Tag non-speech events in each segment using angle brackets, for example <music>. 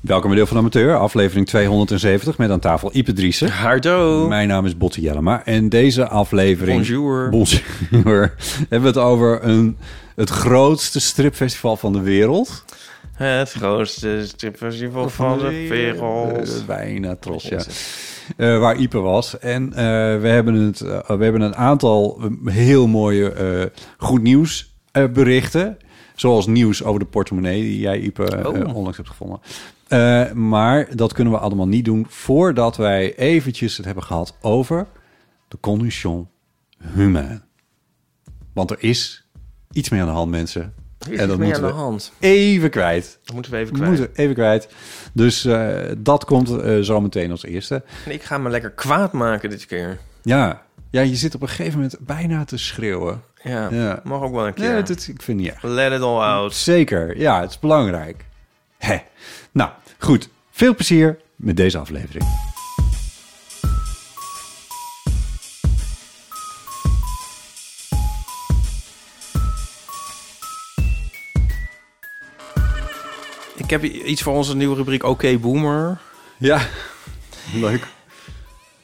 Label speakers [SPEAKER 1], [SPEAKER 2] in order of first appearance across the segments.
[SPEAKER 1] Welkom bij Deel van de Amateur, aflevering 270 met aan tafel Ipe Driessen.
[SPEAKER 2] Hardo.
[SPEAKER 1] Mijn naam is Botte Jellema en deze aflevering...
[SPEAKER 2] Bonjour.
[SPEAKER 1] Bonjour. <laughs> Hebben we het over een, het grootste stripfestival van de wereld.
[SPEAKER 2] Het grootste stripfestival van de wereld.
[SPEAKER 1] Eh, bijna trots, ja. Eh, waar Ipe was. En eh, we, hebben het, eh, we hebben een aantal heel mooie eh, goed nieuws eh, berichten. Zoals nieuws over de portemonnee die jij, Ipe, eh,
[SPEAKER 2] Oh.
[SPEAKER 1] onlangs hebt gevonden. Eh, maar dat kunnen we allemaal niet doen voordat wij eventjes het hebben gehad over de condition humain. Want er is iets meer aan de hand, mensen. en dat
[SPEAKER 2] meer
[SPEAKER 1] moeten
[SPEAKER 2] aan de
[SPEAKER 1] we
[SPEAKER 2] hand.
[SPEAKER 1] even kwijt.
[SPEAKER 2] Dat moeten we even
[SPEAKER 1] We
[SPEAKER 2] kwijt.
[SPEAKER 1] moeten even kwijt. Dus eh, dat komt eh, zo meteen als eerste.
[SPEAKER 2] En ik ga me lekker kwaad maken dit keer.
[SPEAKER 1] Ja. ja, je zit op een gegeven moment bijna te schreeuwen.
[SPEAKER 2] Ja,
[SPEAKER 1] Ja.
[SPEAKER 2] mag ook wel een keer.
[SPEAKER 1] Nee, dat, ik vind het niet erg.
[SPEAKER 2] Let it all out.
[SPEAKER 1] Zeker, ja, het is belangrijk. Hè. Nou, goed. Veel plezier met deze aflevering.
[SPEAKER 2] Ik heb i- iets voor onze nieuwe rubriek Oké Boomer.
[SPEAKER 1] Ja, leuk.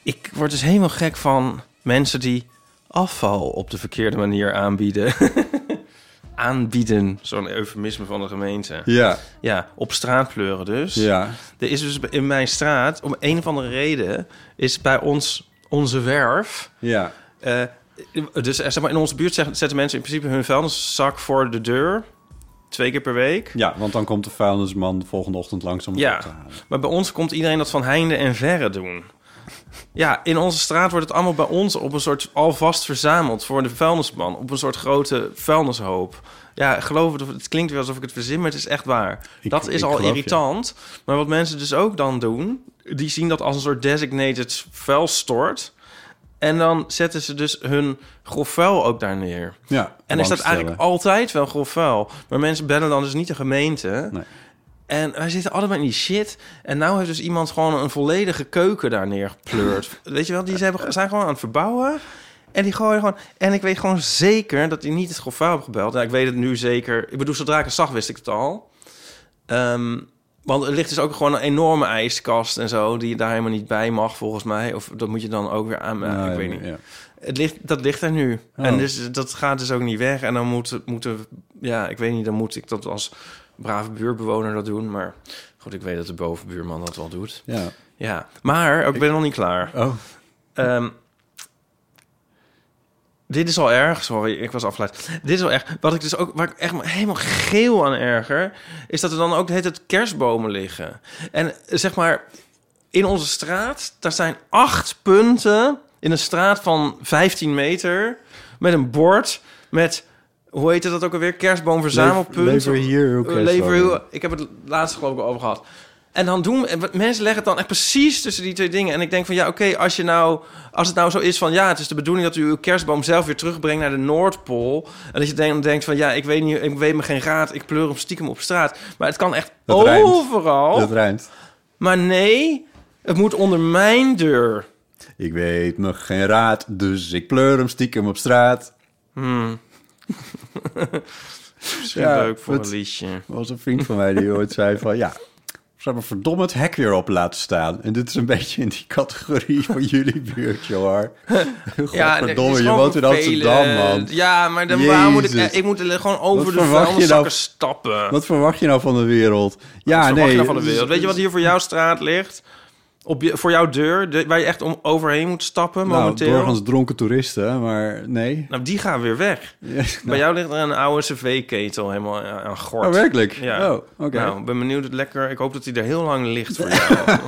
[SPEAKER 2] Ik word dus helemaal gek van mensen die afval op de verkeerde manier aanbieden. <laughs> aanbieden, zo'n eufemisme van de gemeente.
[SPEAKER 1] Ja,
[SPEAKER 2] Ja, op straat pleuren dus.
[SPEAKER 1] ja.
[SPEAKER 2] Er is dus in mijn straat, om een of andere reden, is bij ons onze werf.
[SPEAKER 1] Ja,
[SPEAKER 2] eh, dus eh, zeg maar, in onze buurt zeg- zetten mensen in principe hun vuilniszak voor de deur. Twee keer per week.
[SPEAKER 1] ja want dan komt de vuilnisman de volgende ochtend langs om het
[SPEAKER 2] Ja.
[SPEAKER 1] op te halen.
[SPEAKER 2] Maar bij ons komt iedereen dat van heinde en verre doen. Ja, in onze straat wordt het allemaal bij ons op een soort alvast verzameld voor de vuilnisman. Op een soort grote vuilnishoop. Ja, geloof het, of- het klinkt weer alsof ik het verzin, maar het is echt waar.
[SPEAKER 1] Ik-
[SPEAKER 2] dat is
[SPEAKER 1] ik
[SPEAKER 2] al
[SPEAKER 1] geloof je.
[SPEAKER 2] irritant. Maar wat mensen dus ook dan doen, die zien dat als een soort designated vuilstort. En dan zetten ze dus hun grof vuil ook daar neer.
[SPEAKER 1] Ja,
[SPEAKER 2] En er staat eigenlijk altijd wel grof vuil. Maar mensen bellen dan dus niet de gemeente.
[SPEAKER 1] Nee.
[SPEAKER 2] En wij zitten allemaal in die shit. En nou heeft dus iemand gewoon een volledige keuken daar
[SPEAKER 1] <laughs>
[SPEAKER 2] neergepleurd. Weet je wel, die zijn, zijn gewoon aan het verbouwen. En die gooien gewoon... En ik weet gewoon zeker dat die niet het grof vuil hebben gebeld. Nou, ik weet het nu zeker. Ik bedoel, zodra ik het zag, wist ik het al. Ehm, want er ligt dus ook gewoon een enorme ijskast en zo... die daar helemaal niet bij mag, volgens mij. Of dat moet je dan ook weer aan...
[SPEAKER 1] Nou,
[SPEAKER 2] ik weet niet.
[SPEAKER 1] Ja.
[SPEAKER 2] Het ligt, dat ligt er nu.
[SPEAKER 1] Oh.
[SPEAKER 2] En dus dat gaat dus ook niet weg. En dan moeten, moeten, ja, ik weet niet, dan moet ik dat als brave buurtbewoner dat doen. Maar goed, ik weet dat de bovenbuurman dat wel doet.
[SPEAKER 1] Ja.
[SPEAKER 2] Ja, maar ik ben nog niet klaar.
[SPEAKER 1] Oh,
[SPEAKER 2] Ehm, dit is al erg, sorry, ik was afgeleid. Dit is al erg. Wat ik dus ook, waar ik echt me helemaal geel aan erger, is dat er dan ook het het kerstbomen liggen. En eh, zeg maar, in onze straat, daar zijn acht punten in een straat van 15 meter met een bord met, hoe heet dat ook alweer, kerstboomverzamelpunt.
[SPEAKER 1] Lever- lever hier uw
[SPEAKER 2] Eh, Lever
[SPEAKER 1] kerstboom.
[SPEAKER 2] uw- Ik heb het laatst geloof ik al over gehad. En dan doen en wat- mensen leggen het dan echt precies tussen die twee dingen. En ik denk van ja, oké, als je nou, als het nou zo is van ja, het is de bedoeling dat u uw kerstboom zelf weer terugbrengt naar de Noordpool. En dat je dan denkt van ja, ik weet niet, ik weet me geen raad, ik pleur hem stiekem op straat. Maar het kan echt
[SPEAKER 1] Dat rijmt.
[SPEAKER 2] overal.
[SPEAKER 1] dat ruimt.
[SPEAKER 2] Maar nee, het moet onder mijn deur.
[SPEAKER 1] Ik weet me geen raad, dus ik pleur hem stiekem op straat.
[SPEAKER 2] Misschien
[SPEAKER 1] Ja,
[SPEAKER 2] leuk voor
[SPEAKER 1] het-
[SPEAKER 2] een liedje.
[SPEAKER 1] Er was een vriend van mij die ooit zei van... ja, ze hebben verdomme het hek weer op laten staan. En dit is een beetje in die categorie van jullie buurtje, hoor.
[SPEAKER 2] <laughs> Ja, nee, het is
[SPEAKER 1] Godverdomme, je
[SPEAKER 2] gewoon
[SPEAKER 1] woont in Amsterdam, man.
[SPEAKER 2] vervelend. Ja, maar dan waar moet ik...
[SPEAKER 1] Jezus.
[SPEAKER 2] Ik moet er gewoon over de
[SPEAKER 1] verwacht je
[SPEAKER 2] vuilniszakken
[SPEAKER 1] nou-
[SPEAKER 2] stappen.
[SPEAKER 1] Wat verwacht je nou van de wereld? Ja,
[SPEAKER 2] Wat verwacht
[SPEAKER 1] nee.
[SPEAKER 2] je nou van de wereld? Weet je wat hier voor jouw straat ligt? Op je, voor jouw deur, de- waar je echt om overheen moet stappen
[SPEAKER 1] Nou,
[SPEAKER 2] momenteel.
[SPEAKER 1] doorgaans dronken toeristen, maar
[SPEAKER 2] <laughs>
[SPEAKER 1] nee.
[SPEAKER 2] Nou, die gaan weer weg. Bij jou ligt er een oude cv-ketel helemaal aan- aan gort.
[SPEAKER 1] Oh, werkelijk?
[SPEAKER 2] Ja.
[SPEAKER 1] Oh, oké.
[SPEAKER 2] Nou, ik ben benieuwd. Het lekker. Ik hoop dat hij er heel lang ligt voor jou.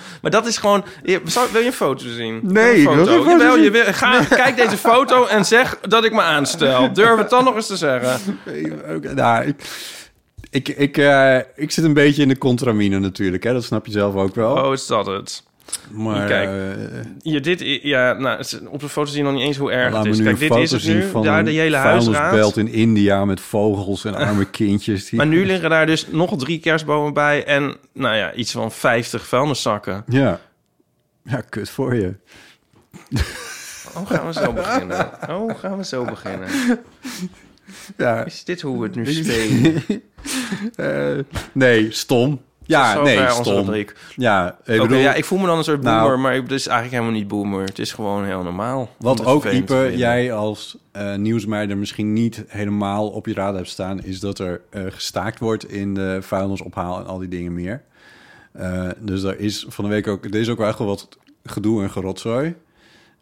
[SPEAKER 1] <laughs>
[SPEAKER 2] <laughs> maar dat is gewoon... Je- zal- Wil je een foto zien?
[SPEAKER 1] Nee,
[SPEAKER 2] Een
[SPEAKER 1] ik wil geen foto
[SPEAKER 2] Jawel,
[SPEAKER 1] zien.
[SPEAKER 2] Je wil, ga, kijk deze foto en zeg dat ik me aanstel. Durf het dan nog eens te
[SPEAKER 1] <laughs>
[SPEAKER 2] zeggen.
[SPEAKER 1] Oké, nou, ik, ik, ik, eh, ik zit een beetje in de contramine natuurlijk, hè? dat snap je zelf ook wel.
[SPEAKER 2] Oh, is dat het?
[SPEAKER 1] maar
[SPEAKER 2] kijk.
[SPEAKER 1] eh,
[SPEAKER 2] Ja, dit, i- ja, nou, s- op de foto zie je nog niet eens hoe
[SPEAKER 1] Nou,
[SPEAKER 2] erg
[SPEAKER 1] laat
[SPEAKER 2] het
[SPEAKER 1] me
[SPEAKER 2] is.
[SPEAKER 1] nu
[SPEAKER 2] dus Kijk,
[SPEAKER 1] een
[SPEAKER 2] dit is
[SPEAKER 1] foto
[SPEAKER 2] het
[SPEAKER 1] zien
[SPEAKER 2] nu.
[SPEAKER 1] van
[SPEAKER 2] daar de hele huisraad.
[SPEAKER 1] vuilnisbelt in India met vogels en arme
[SPEAKER 2] <laughs>
[SPEAKER 1] kindjes. Die...
[SPEAKER 2] Maar nu liggen daar dus nog drie kerstbomen bij en nou ja, iets van 50 vuilniszakken.
[SPEAKER 1] Ja. ja, kut voor je.
[SPEAKER 2] Oh, gaan we <laughs> zo beginnen. Oh, gaan we zo beginnen.
[SPEAKER 1] Ja,
[SPEAKER 2] Is dit hoe we <laughs> het nu spelen?
[SPEAKER 1] eh, nee, stom. Ja,
[SPEAKER 2] Zover
[SPEAKER 1] nee,
[SPEAKER 2] onze
[SPEAKER 1] stom.
[SPEAKER 2] rubriek.
[SPEAKER 1] Ja, ik
[SPEAKER 2] Oké,
[SPEAKER 1] bedoel,
[SPEAKER 2] ja, ik voel me dan een soort
[SPEAKER 1] Nou.
[SPEAKER 2] boomer, maar ik- dit is eigenlijk helemaal niet boomer. Het is gewoon heel normaal.
[SPEAKER 1] Wat
[SPEAKER 2] Om het
[SPEAKER 1] ook,
[SPEAKER 2] vervelend te
[SPEAKER 1] Ieper,
[SPEAKER 2] vinden.
[SPEAKER 1] jij als eh nieuwsmeider misschien niet helemaal op je radar hebt staan... is dat er eh, gestaakt wordt in de vuilnisophaal en al die dingen meer. Eh, dus daar is van de week ook... Er is ook wel echt wel wat gedoe en gerotzooi.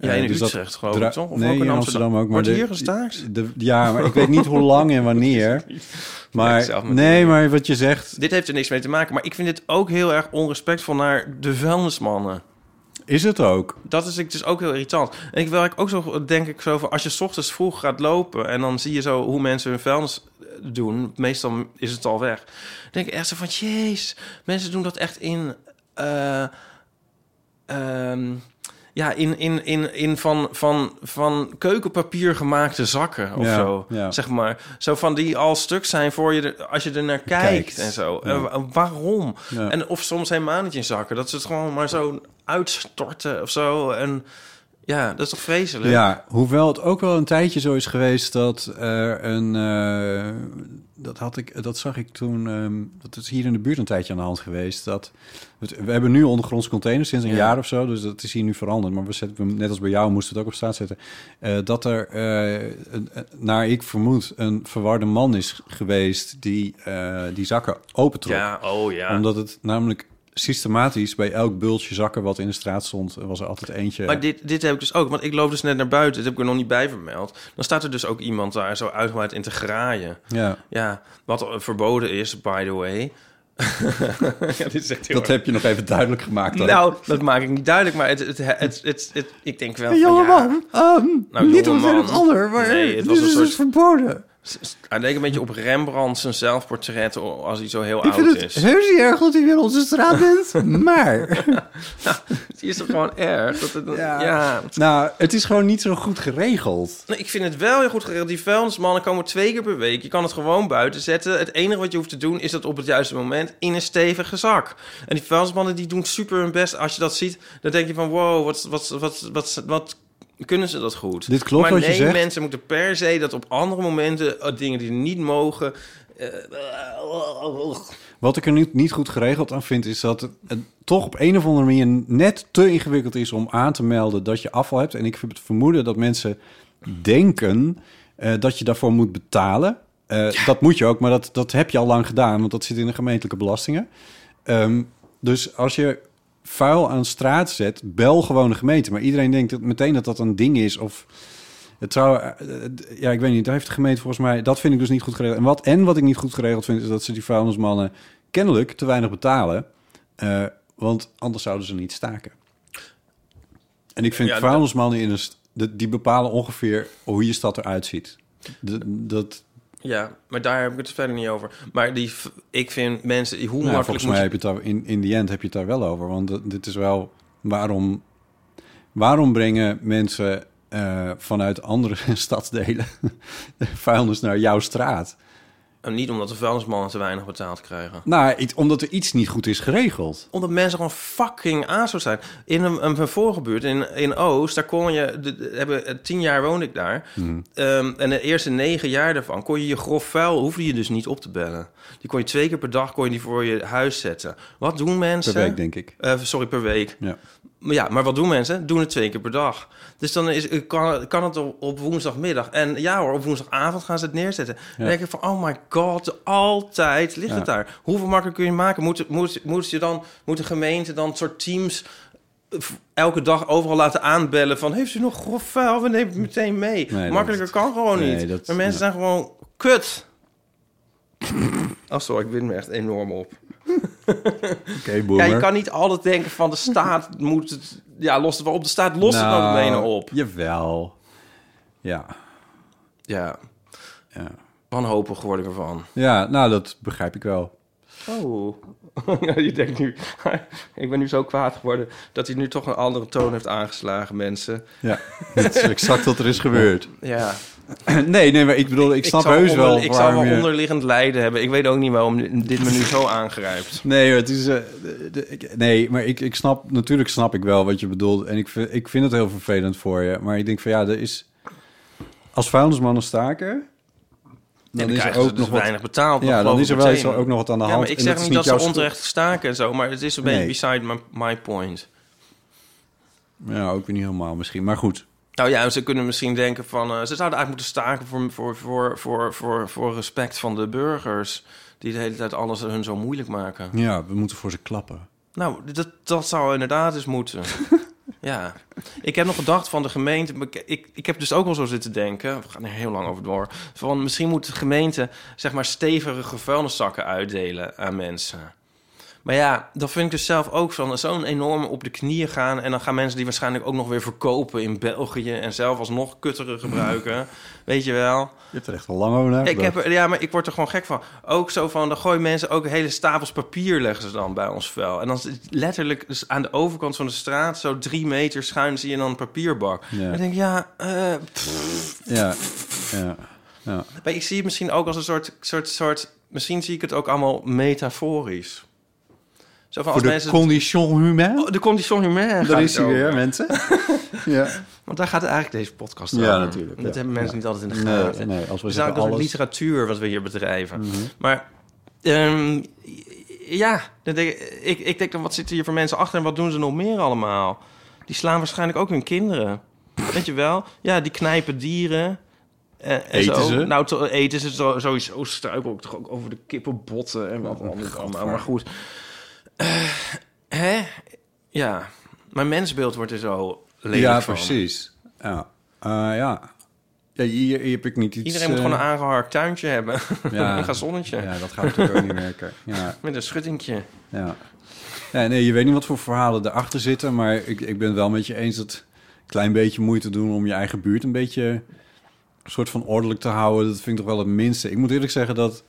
[SPEAKER 2] Ja, in
[SPEAKER 1] Eh, dus dat
[SPEAKER 2] Utrecht geloof
[SPEAKER 1] dra-
[SPEAKER 2] ik, toch? Of
[SPEAKER 1] nee,
[SPEAKER 2] ook in Amsterdam.
[SPEAKER 1] ook. Maar
[SPEAKER 2] Wordt
[SPEAKER 1] de-
[SPEAKER 2] hier gestaakt?
[SPEAKER 1] de- ja, maar ik weet niet hoe lang en wanneer.
[SPEAKER 2] <laughs> Ja,
[SPEAKER 1] Maar
[SPEAKER 2] zelf met
[SPEAKER 1] nee,
[SPEAKER 2] die-
[SPEAKER 1] maar wat je zegt...
[SPEAKER 2] Dit heeft er niks mee te maken, maar ik vind dit ook heel erg onrespectvol naar de vuilnismannen.
[SPEAKER 1] Is het ook?
[SPEAKER 2] Dat is ik dus ook heel irritant. En ik werk ook zo, denk ik, zo van als je 's ochtends vroeg gaat lopen en dan zie je zo hoe mensen hun vuilnis eh, doen. Meestal is het al weg. Dan denk ik echt zo van, jeez, mensen doen dat echt in. eh, ehm, ja, in, in, in, in van, van, van keukenpapier gemaakte zakken of
[SPEAKER 1] Ja,
[SPEAKER 2] zo.
[SPEAKER 1] ja.
[SPEAKER 2] Zeg maar. Zo van die al stuk zijn voor je er- als je er naar kijkt,
[SPEAKER 1] Kijkt.
[SPEAKER 2] en zo.
[SPEAKER 1] Ja.
[SPEAKER 2] En wa- waarom?
[SPEAKER 1] Ja.
[SPEAKER 2] En of soms helemaal niet in zakken. Dat ze het gewoon maar zo uitstorten of zo. En ja, dat is toch vreselijk?
[SPEAKER 1] Ja, hoewel het ook wel een tijdje zo is geweest dat er een. eh, dat, had ik, dat zag ik toen. ehm, dat is hier in de buurt een tijdje aan de hand geweest. Dat het- we hebben nu ondergrondse containers sinds een
[SPEAKER 2] Ja.
[SPEAKER 1] jaar of zo. Dus dat is hier nu veranderd. Maar we zetten, hem- net als bij jou moesten we het ook op straat zetten. Eh, dat er, eh, een, een- naar ik vermoed, een verwarde man is geweest die eh, die zakken opentrok.
[SPEAKER 2] Ja, oh ja.
[SPEAKER 1] Omdat het namelijk systematisch bij elk bultje zakken wat in de straat stond, was er altijd eentje.
[SPEAKER 2] Maar dit, dit heb ik dus ook, want ik loop dus net naar buiten. Dit heb ik er nog niet bij vermeld. Dan staat er dus ook iemand daar zo uitgebreid in te graaien.
[SPEAKER 1] ja.
[SPEAKER 2] Ja, wat eh, verboden is, by the way. <laughs> ja, dit is echt heel
[SPEAKER 1] Dat heb je nog even duidelijk gemaakt. Dan.
[SPEAKER 2] Nou, dat maak ik niet duidelijk, maar het, het, het, het, het- ik denk wel van, ja, Nou,
[SPEAKER 1] ehm, niet
[SPEAKER 2] jonge
[SPEAKER 1] om het een of
[SPEAKER 2] man.
[SPEAKER 1] ander, maar
[SPEAKER 2] Nee,
[SPEAKER 1] het
[SPEAKER 2] het was
[SPEAKER 1] is
[SPEAKER 2] een
[SPEAKER 1] dus
[SPEAKER 2] soort-
[SPEAKER 1] verboden.
[SPEAKER 2] s- s- Hij leek een beetje op Rembrandt zijn zelfportret o- als hij zo heel
[SPEAKER 1] Ik
[SPEAKER 2] oud
[SPEAKER 1] vind het
[SPEAKER 2] is.
[SPEAKER 1] heus niet erg dat u weer in onze straat bent, <laughs> maar...
[SPEAKER 2] Het is toch
[SPEAKER 1] <laughs>
[SPEAKER 2] gewoon erg? Dat het,
[SPEAKER 1] Ja.
[SPEAKER 2] ja.
[SPEAKER 1] Nou, het is gewoon niet zo goed geregeld.
[SPEAKER 2] Nee, Nou, ik vind het wel heel goed geregeld. Die vuilnismannen komen twee keer per week. Je kan het gewoon buiten zetten. Het enige wat je hoeft te doen is dat op het juiste moment in een stevige zak. En die vuilnismannen die doen super hun best. Als je dat ziet, dan denk je van wow, wat, wat, wat, wat, wat kunnen ze dat goed?
[SPEAKER 1] Dit klopt
[SPEAKER 2] maar
[SPEAKER 1] wat je
[SPEAKER 2] nee,
[SPEAKER 1] zegt.
[SPEAKER 2] mensen moeten per se dat op andere momenten eh, dingen die niet mogen. eh, eh,
[SPEAKER 1] Wat ik er nu niet goed geregeld aan vind, is dat het, het toch op een of andere manier net te ingewikkeld is om aan te melden dat je afval hebt. En ik heb het vermoeden dat mensen denken eh, dat je daarvoor moet betalen. Eh, Dat moet je ook, maar dat, dat heb je al lang gedaan, want dat zit in de gemeentelijke belastingen. Ehm, dus als je vuil aan straat zet, bel gewoon de gemeente. Maar iedereen denkt dat meteen dat dat een ding is of... Het trouw, eh, eh, ja, ik weet niet. Daar heeft de gemeente volgens mij. Dat vind ik dus niet goed geregeld. En wat, en wat ik niet goed geregeld vind, is dat ze die vuilnismannen kennelijk te weinig betalen. Eh, want anders zouden ze niet staken. En ik vind
[SPEAKER 2] Ja, dat-
[SPEAKER 1] vuilnismannen in een st- de- die bepalen ongeveer hoe je stad eruit ziet. De- dat,
[SPEAKER 2] Ja, maar daar heb ik het verder niet over. Maar die, v- ik vind mensen, hoe
[SPEAKER 1] nou,
[SPEAKER 2] makkelijk
[SPEAKER 1] volgens
[SPEAKER 2] moet
[SPEAKER 1] mij
[SPEAKER 2] je
[SPEAKER 1] heb je het daar, in, in die end heb je het daar wel over. Want dat- dit is wel waarom. Waarom brengen mensen eh, vanuit andere <laughs> stadsdelen vuilnis naar jouw straat?
[SPEAKER 2] En niet omdat de vuilnismannen te weinig betaald krijgen.
[SPEAKER 1] Nou, iets- omdat er iets niet goed is geregeld.
[SPEAKER 2] Omdat mensen gewoon fucking aso zijn. In een, een, een vorige buurt, in, in Oost, daar kon je... De, de- hebben, eh, tien jaar woonde ik daar.
[SPEAKER 1] Mhm.
[SPEAKER 2] Ehm, en de eerste negen jaar daarvan kon je je grof vuil... hoefde je dus niet op te bellen. Die kon je twee keer per dag kon je die voor je huis zetten. Wat doen mensen?
[SPEAKER 1] Per week, denk ik.
[SPEAKER 2] Eh, sorry, per week.
[SPEAKER 1] Ja.
[SPEAKER 2] Maar ja, maar wat doen mensen? Doen het twee keer per dag. Dus dan is, kan, kan het op, op woensdagmiddag. En ja hoor, op woensdagavond gaan ze het neerzetten. Dan denk ik van, oh my god, altijd ligt het
[SPEAKER 1] Ja.
[SPEAKER 2] daar. Hoeveel makkelijk kun je het maken? Moet, moet, moet, je dan, moet de gemeente dan soort teams eh, v- elke dag overal laten aanbellen van... heeft u nog grof vuil? We nemen het meteen mee.
[SPEAKER 1] Nee, dat-
[SPEAKER 2] Makkelijker kan gewoon
[SPEAKER 1] nee,
[SPEAKER 2] niet.
[SPEAKER 1] dat-
[SPEAKER 2] maar mensen
[SPEAKER 1] ja.
[SPEAKER 2] zijn gewoon kut. <laughs> Oh, sorry, ik win me echt enorm op.
[SPEAKER 1] Oké,
[SPEAKER 2] Ja,
[SPEAKER 1] boomer.
[SPEAKER 2] je kan niet altijd denken van de
[SPEAKER 1] <laughs>
[SPEAKER 2] staat moet het... Ja, lost het wel op. De staat lost het
[SPEAKER 1] Nou,
[SPEAKER 2] het benen op.
[SPEAKER 1] Jawel. Ja.
[SPEAKER 2] Ja,
[SPEAKER 1] ja.
[SPEAKER 2] wanhopig word ik ervan.
[SPEAKER 1] Ja, nou, dat begrijp ik wel.
[SPEAKER 2] Oh. Ja, <laughs> je denkt nu... <laughs> ik ben nu zo kwaad geworden dat hij nu toch een andere toon heeft aangeslagen, mensen.
[SPEAKER 1] Ja, <laughs> dat is exact wat er is gebeurd.
[SPEAKER 2] Ja.
[SPEAKER 1] Nee, nee, maar ik bedoel, ik snap
[SPEAKER 2] zal
[SPEAKER 1] heus wel
[SPEAKER 2] onder- Ik zou
[SPEAKER 1] waarom
[SPEAKER 2] wel
[SPEAKER 1] je-
[SPEAKER 2] onderliggend lijden hebben. Ik weet ook niet waarom dit me nu
[SPEAKER 1] <laughs>
[SPEAKER 2] zo aangrijpt.
[SPEAKER 1] Nee, het is, eh, de- de- ik- nee, maar ik, ik snap, natuurlijk snap ik wel wat je bedoelt. En ik, vind- ik vind het heel vervelend voor je. Maar ik denk van ja, er is. Als vuilnismannen staken.
[SPEAKER 2] En
[SPEAKER 1] Dan
[SPEAKER 2] dan
[SPEAKER 1] is er
[SPEAKER 2] krijgen ze
[SPEAKER 1] ook
[SPEAKER 2] dus
[SPEAKER 1] nog wat.
[SPEAKER 2] weinig betaald.
[SPEAKER 1] Ja, dan
[SPEAKER 2] geloof
[SPEAKER 1] is er
[SPEAKER 2] ik
[SPEAKER 1] wel
[SPEAKER 2] meteen.
[SPEAKER 1] iets- ook nog wat aan de
[SPEAKER 2] Ja,
[SPEAKER 1] hand.
[SPEAKER 2] maar ik
[SPEAKER 1] En
[SPEAKER 2] zeg
[SPEAKER 1] dat is
[SPEAKER 2] niet dat
[SPEAKER 1] niet
[SPEAKER 2] ze
[SPEAKER 1] jouw
[SPEAKER 2] onterecht staken en zo, maar het is een beetje
[SPEAKER 1] Nee.
[SPEAKER 2] beside my, my point.
[SPEAKER 1] Ja, ook weer niet helemaal misschien. Maar goed.
[SPEAKER 2] Nou ja, ze kunnen misschien denken van... eh, ze zouden eigenlijk moeten staken voor, voor, voor, voor, voor, voor respect van de burgers... die de hele tijd alles hun zo moeilijk maken.
[SPEAKER 1] Ja, we moeten voor ze klappen.
[SPEAKER 2] Nou, dat, dat zou inderdaad eens moeten. ja. Ik heb nog gedacht van de gemeente... maar Ik, ik, ik heb dus ook wel zo zitten denken... we gaan er heel lang over door... van misschien moet de gemeente zeg maar stevige vuilniszakken uitdelen aan mensen... Maar ja, dat vind ik dus zelf ook van zo'n enorme op de knieën gaan. En dan gaan mensen die waarschijnlijk ook nog weer verkopen in België. En zelf alsnog kutteren gebruiken. Weet je wel?
[SPEAKER 1] Je hebt er echt al lang over nagedacht.
[SPEAKER 2] Ik heb er, ja, maar ik word er gewoon gek van. Ook zo van, dan gooien mensen ook hele stapels papier leggen ze dan bij ons vuil. En dan zit letterlijk dus aan de overkant van de straat, zo drie meter schuin, zie je dan een papierbak.
[SPEAKER 1] Ja.
[SPEAKER 2] En ik denk, ja, eh, pff.
[SPEAKER 1] Ja, ja, ja.
[SPEAKER 2] maar ik zie het misschien ook als een soort, soort, soort, misschien zie ik het ook allemaal metaforisch. Zo van
[SPEAKER 1] Voor
[SPEAKER 2] als
[SPEAKER 1] de
[SPEAKER 2] mensen...
[SPEAKER 1] condition humaine.
[SPEAKER 2] Oh, de condition humaine.
[SPEAKER 1] Daar
[SPEAKER 2] gaat
[SPEAKER 1] is
[SPEAKER 2] het
[SPEAKER 1] hij weer,
[SPEAKER 2] over.
[SPEAKER 1] mensen.
[SPEAKER 2] <laughs>
[SPEAKER 1] ja.
[SPEAKER 2] Want daar gaat eigenlijk deze podcast over.
[SPEAKER 1] Ja, natuurlijk,
[SPEAKER 2] Dat
[SPEAKER 1] ja.
[SPEAKER 2] hebben mensen niet altijd in de
[SPEAKER 1] Nee,
[SPEAKER 2] gaten.
[SPEAKER 1] nee, als we
[SPEAKER 2] het is
[SPEAKER 1] zeggen
[SPEAKER 2] eigenlijk een
[SPEAKER 1] alles- Mhm.
[SPEAKER 2] literatuur wat we hier bedrijven. Maar ehm, ja, dan denk ik, ik, ik denk dan wat zitten hier voor mensen achter en wat doen ze nog meer allemaal? Die slaan waarschijnlijk ook hun kinderen. Weet je wel? Ja, die knijpen dieren. eh, En,
[SPEAKER 1] Eten
[SPEAKER 2] zo.
[SPEAKER 1] ze?
[SPEAKER 2] Nou, to- eten ze zo- sowieso struikel ik toch ook over de kippenbotten en
[SPEAKER 1] Oh,
[SPEAKER 2] wat allemaal. allemaal. Maar goed. Eh, hè? Ja. Mijn mensbeeld wordt er zo lelijk
[SPEAKER 1] ja,
[SPEAKER 2] van.
[SPEAKER 1] precies. Ja, Eh, ja. ja hier, hier heb ik niet iets...
[SPEAKER 2] Iedereen moet
[SPEAKER 1] eh,
[SPEAKER 2] gewoon een aangeharkt tuintje hebben.
[SPEAKER 1] Ja.
[SPEAKER 2] <laughs> een gazonnetje.
[SPEAKER 1] Ja, dat gaat natuurlijk ook niet werken. Ja,
[SPEAKER 2] Met een schuttingje.
[SPEAKER 1] ja. ja, nee, je weet niet wat voor verhalen erachter zitten... maar ik, ik ben het wel met je eens dat... een klein beetje moeite doen om je eigen buurt een beetje... een soort van ordelijk te houden. Dat vind ik toch wel het minste. Ik moet eerlijk zeggen dat...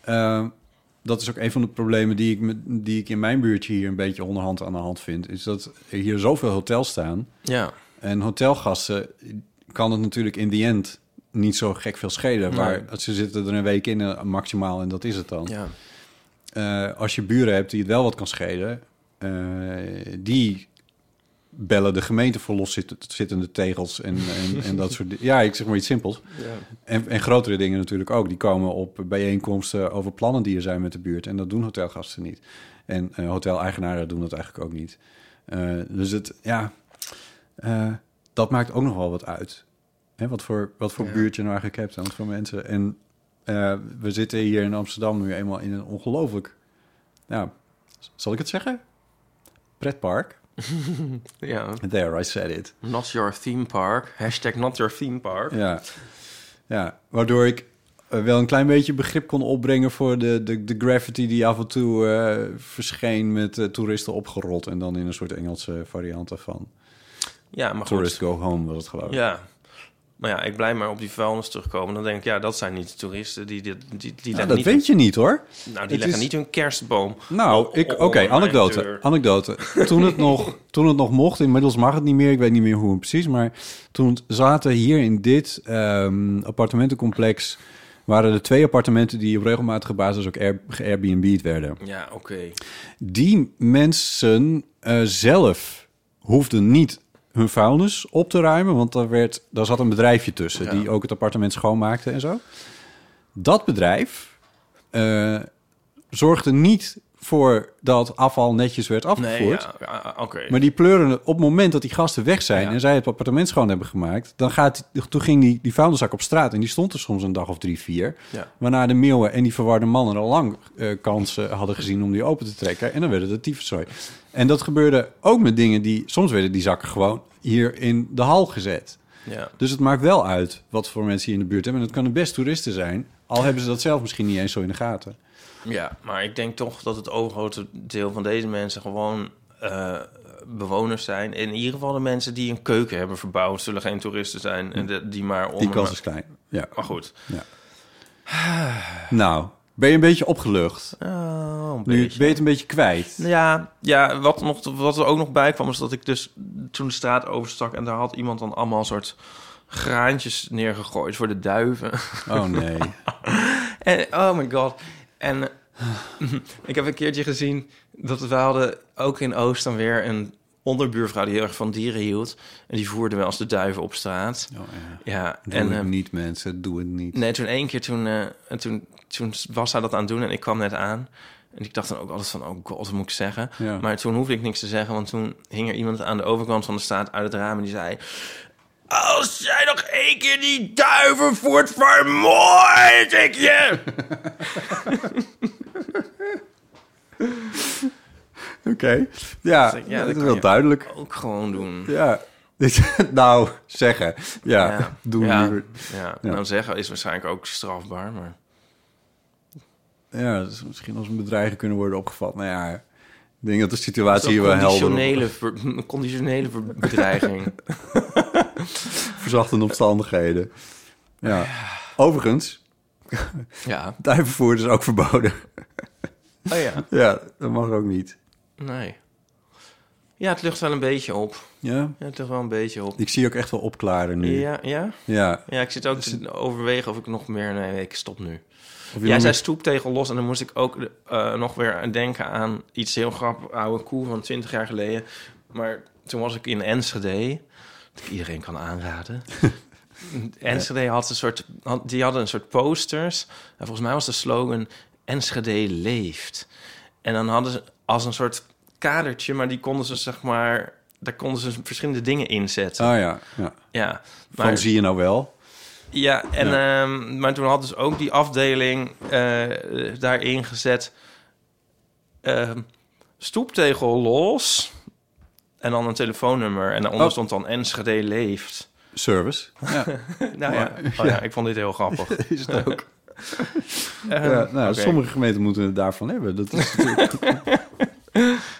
[SPEAKER 1] eh, dat is ook een van de problemen die ik, met- die ik in mijn buurtje hier een beetje onderhand aan de hand vind. Is dat hier zoveel hotels staan.
[SPEAKER 2] Ja.
[SPEAKER 1] En hotelgasten kan het natuurlijk in die end niet zo gek veel schelen.
[SPEAKER 2] Nee.
[SPEAKER 1] Maar ze zitten er een week in eh, maximaal en dat is het dan.
[SPEAKER 2] ja.
[SPEAKER 1] Eh, als je buren hebt die het wel wat kan schelen, eh, die bellen de gemeente voor loszittende tegels en, en, en dat
[SPEAKER 2] <laughs>
[SPEAKER 1] soort dingen. Ja, ik zeg maar iets simpels. En, en grotere dingen natuurlijk ook. Die komen op bijeenkomsten over plannen die er zijn met de buurt. En dat doen hotelgasten niet. En eh hoteleigenaren doen dat eigenlijk ook niet. Eh, dus het, ja, eh, dat maakt ook nog wel wat uit. Hè, wat voor, wat voor buurt je nou eigenlijk hebt en wat voor mensen. En eh, we zitten hier in Amsterdam nu eenmaal in een ongelooflijk... Nou, z- zal ik het zeggen? Pretpark.
[SPEAKER 2] ja.
[SPEAKER 1] There, I said it.
[SPEAKER 2] Not your theme park. Hashtag not your theme park.
[SPEAKER 1] Ja. ja, waardoor ik eh, wel een klein beetje begrip kon opbrengen voor de, de, de graffiti die af en toe eh, verscheen met eh, toeristen opgerold. En dan in een soort Engelse variant daarvan.
[SPEAKER 2] Ja, maar goed.
[SPEAKER 1] Tourist go home was het geloof ik.
[SPEAKER 2] Ja. Maar ja, ik blijf maar op die vuilnis terugkomen. Dan denk ik, ja, dat zijn niet de toeristen. Die, die, die, die
[SPEAKER 1] Nou,
[SPEAKER 2] leggen
[SPEAKER 1] dat
[SPEAKER 2] niet
[SPEAKER 1] weet je niet hoor.
[SPEAKER 2] hun- nou, die
[SPEAKER 1] Het
[SPEAKER 2] leggen
[SPEAKER 1] is-
[SPEAKER 2] niet hun kerstboom.
[SPEAKER 1] Nou,
[SPEAKER 2] onder
[SPEAKER 1] ik, oké,
[SPEAKER 2] mijn
[SPEAKER 1] anekdote.
[SPEAKER 2] deur.
[SPEAKER 1] anekdote. Toen, het nog, toen het nog mocht, inmiddels mag het niet meer. Ik weet niet meer hoe precies. Maar toen zaten hier in dit ehm, appartementencomplex... waren er twee appartementen die op regelmatige basis ook Air, ge-Airbnb'd werden.
[SPEAKER 2] Ja, oké.
[SPEAKER 1] Die mensen eh, zelf hoefden niet hun vuilnis op te ruimen... want daar, werd, daar zat een bedrijfje tussen...
[SPEAKER 2] Ja.
[SPEAKER 1] die ook het appartement schoonmaakte en zo. Dat bedrijf eh, zorgde niet voor dat afval netjes werd afgevoerd.
[SPEAKER 2] Nee, ja, ja, oké.
[SPEAKER 1] Maar die pleuren op het moment dat die gasten weg zijn
[SPEAKER 2] Ja.
[SPEAKER 1] en zij het appartement schoon hebben gemaakt, dan gaat, toen ging die, die vuilniszak op straat en die stond er soms een dag of drie, vier.
[SPEAKER 2] Ja.
[SPEAKER 1] Waarna de meeuwen en die verwarde mannen al lang eh, kansen hadden gezien om die open te trekken. En dan werden het tyfuszooi. En dat gebeurde ook met dingen die, soms werden die zakken gewoon hier in de hal gezet.
[SPEAKER 2] Ja.
[SPEAKER 1] Dus het maakt wel uit wat voor mensen hier in de buurt hebben. En het kunnen best toeristen zijn, al hebben ze dat zelf misschien niet eens zo in de gaten.
[SPEAKER 2] ja, maar ik denk toch dat het overgrote deel van deze mensen gewoon eh, bewoners zijn. In ieder geval de mensen die een keuken hebben verbouwd, zullen geen toeristen zijn. En de- die maar om.
[SPEAKER 1] Die kans is klein. Ja.
[SPEAKER 2] Maar goed.
[SPEAKER 1] Nou, ben je een beetje opgelucht?
[SPEAKER 2] Oh, een
[SPEAKER 1] Nu
[SPEAKER 2] beetje.
[SPEAKER 1] ben je het een beetje kwijt.
[SPEAKER 2] Ja, ja wat, nog, wat er ook nog bij kwam, is dat ik dus toen de straat overstak en daar had iemand dan allemaal soort graantjes neergegooid voor de duiven.
[SPEAKER 1] Oh
[SPEAKER 2] <laughs>
[SPEAKER 1] nee.
[SPEAKER 2] En oh my god. En eh, <laughs> ik heb een keertje gezien dat we hadden ook in Oost dan weer een onderbuurvrouw die heel erg van dieren hield. En die voerde wel eens de duiven op straat.
[SPEAKER 1] Oh, ja.
[SPEAKER 2] Ja,
[SPEAKER 1] Doe
[SPEAKER 2] en
[SPEAKER 1] het
[SPEAKER 2] eh,
[SPEAKER 1] niet, mensen. Doe het niet.
[SPEAKER 2] Nee, toen één keer, toen, eh, en toen, toen was zij dat aan het doen en ik kwam net aan. En ik dacht dan ook altijd van, oh god, wat moet ik zeggen?
[SPEAKER 1] Ja.
[SPEAKER 2] Maar toen hoefde ik niks te zeggen, want toen hing er iemand aan de overkant van de straat uit het raam en die zei... Als jij nog één keer die duiven voert, vermoord ik je!
[SPEAKER 1] Oké. Ja,
[SPEAKER 2] Dus ik- ja, dat
[SPEAKER 1] dat is
[SPEAKER 2] kan
[SPEAKER 1] wel
[SPEAKER 2] je.
[SPEAKER 1] duidelijk.
[SPEAKER 2] Ook gewoon doen.
[SPEAKER 1] Ja. <laughs> nou, zeggen. Ja, <laughs> doe
[SPEAKER 2] ja.
[SPEAKER 1] liever.
[SPEAKER 2] Ja.
[SPEAKER 1] Ja.
[SPEAKER 2] nou zeggen is waarschijnlijk ook strafbaar, maar...
[SPEAKER 1] Ja, dat is misschien als een bedreiger kunnen worden opgevat. Nou ja, ik denk dat de situatie hier wel helder
[SPEAKER 2] Conditionele, ver- <laughs> conditionele ver- bedreiging.
[SPEAKER 1] op- verzachtende omstandigheden. Ja. Overigens,
[SPEAKER 2] <laughs> ja.
[SPEAKER 1] duivenvoer is ook verboden. <laughs>
[SPEAKER 2] Oh ja.
[SPEAKER 1] ja, dat mag ook niet.
[SPEAKER 2] Nee. Ja, het lucht wel een beetje op.
[SPEAKER 1] Ja.
[SPEAKER 2] Ja, het lucht wel een beetje op.
[SPEAKER 1] Ik zie ook echt wel opklaren nu.
[SPEAKER 2] Ja, ja.
[SPEAKER 1] Ja.
[SPEAKER 2] Ja, ik zit ook te overwegen of ik nog meer... Nee, ik stop nu.
[SPEAKER 1] Of je
[SPEAKER 2] Jij
[SPEAKER 1] nog
[SPEAKER 2] zei
[SPEAKER 1] meer-
[SPEAKER 2] stoeptegel los en dan moest ik ook eh, nog weer denken aan iets heel grappig. Oude koe van 20 jaar geleden. Maar toen was ik in Enschede. Dat ik iedereen kan
[SPEAKER 1] <laughs>
[SPEAKER 2] aanraden. Enschede had een soort, had, die hadden een soort posters. En volgens mij was de slogan Enschede leeft. En dan hadden ze als een soort kadertje, maar die konden ze zeg maar, daar konden ze verschillende dingen inzetten.
[SPEAKER 1] Ah ja, ja.
[SPEAKER 2] ja, maar,
[SPEAKER 1] Van zie je nou wel.
[SPEAKER 2] ja, en, ehm, maar toen had dus ook die afdeling eh, daarin gezet... ehm, stoeptegel los en dan een telefoonnummer. En daaronder
[SPEAKER 1] Oh.
[SPEAKER 2] stond dan Enschede leeft.
[SPEAKER 1] Service.
[SPEAKER 2] Nou ja. Oh, ja, ik vond dit heel grappig.
[SPEAKER 1] Is het ook.
[SPEAKER 2] Ehm,
[SPEAKER 1] Ja, nou,
[SPEAKER 2] oké.
[SPEAKER 1] sommige gemeenten moeten het daarvan hebben. Dat is natuurlijk...
[SPEAKER 2] <laughs>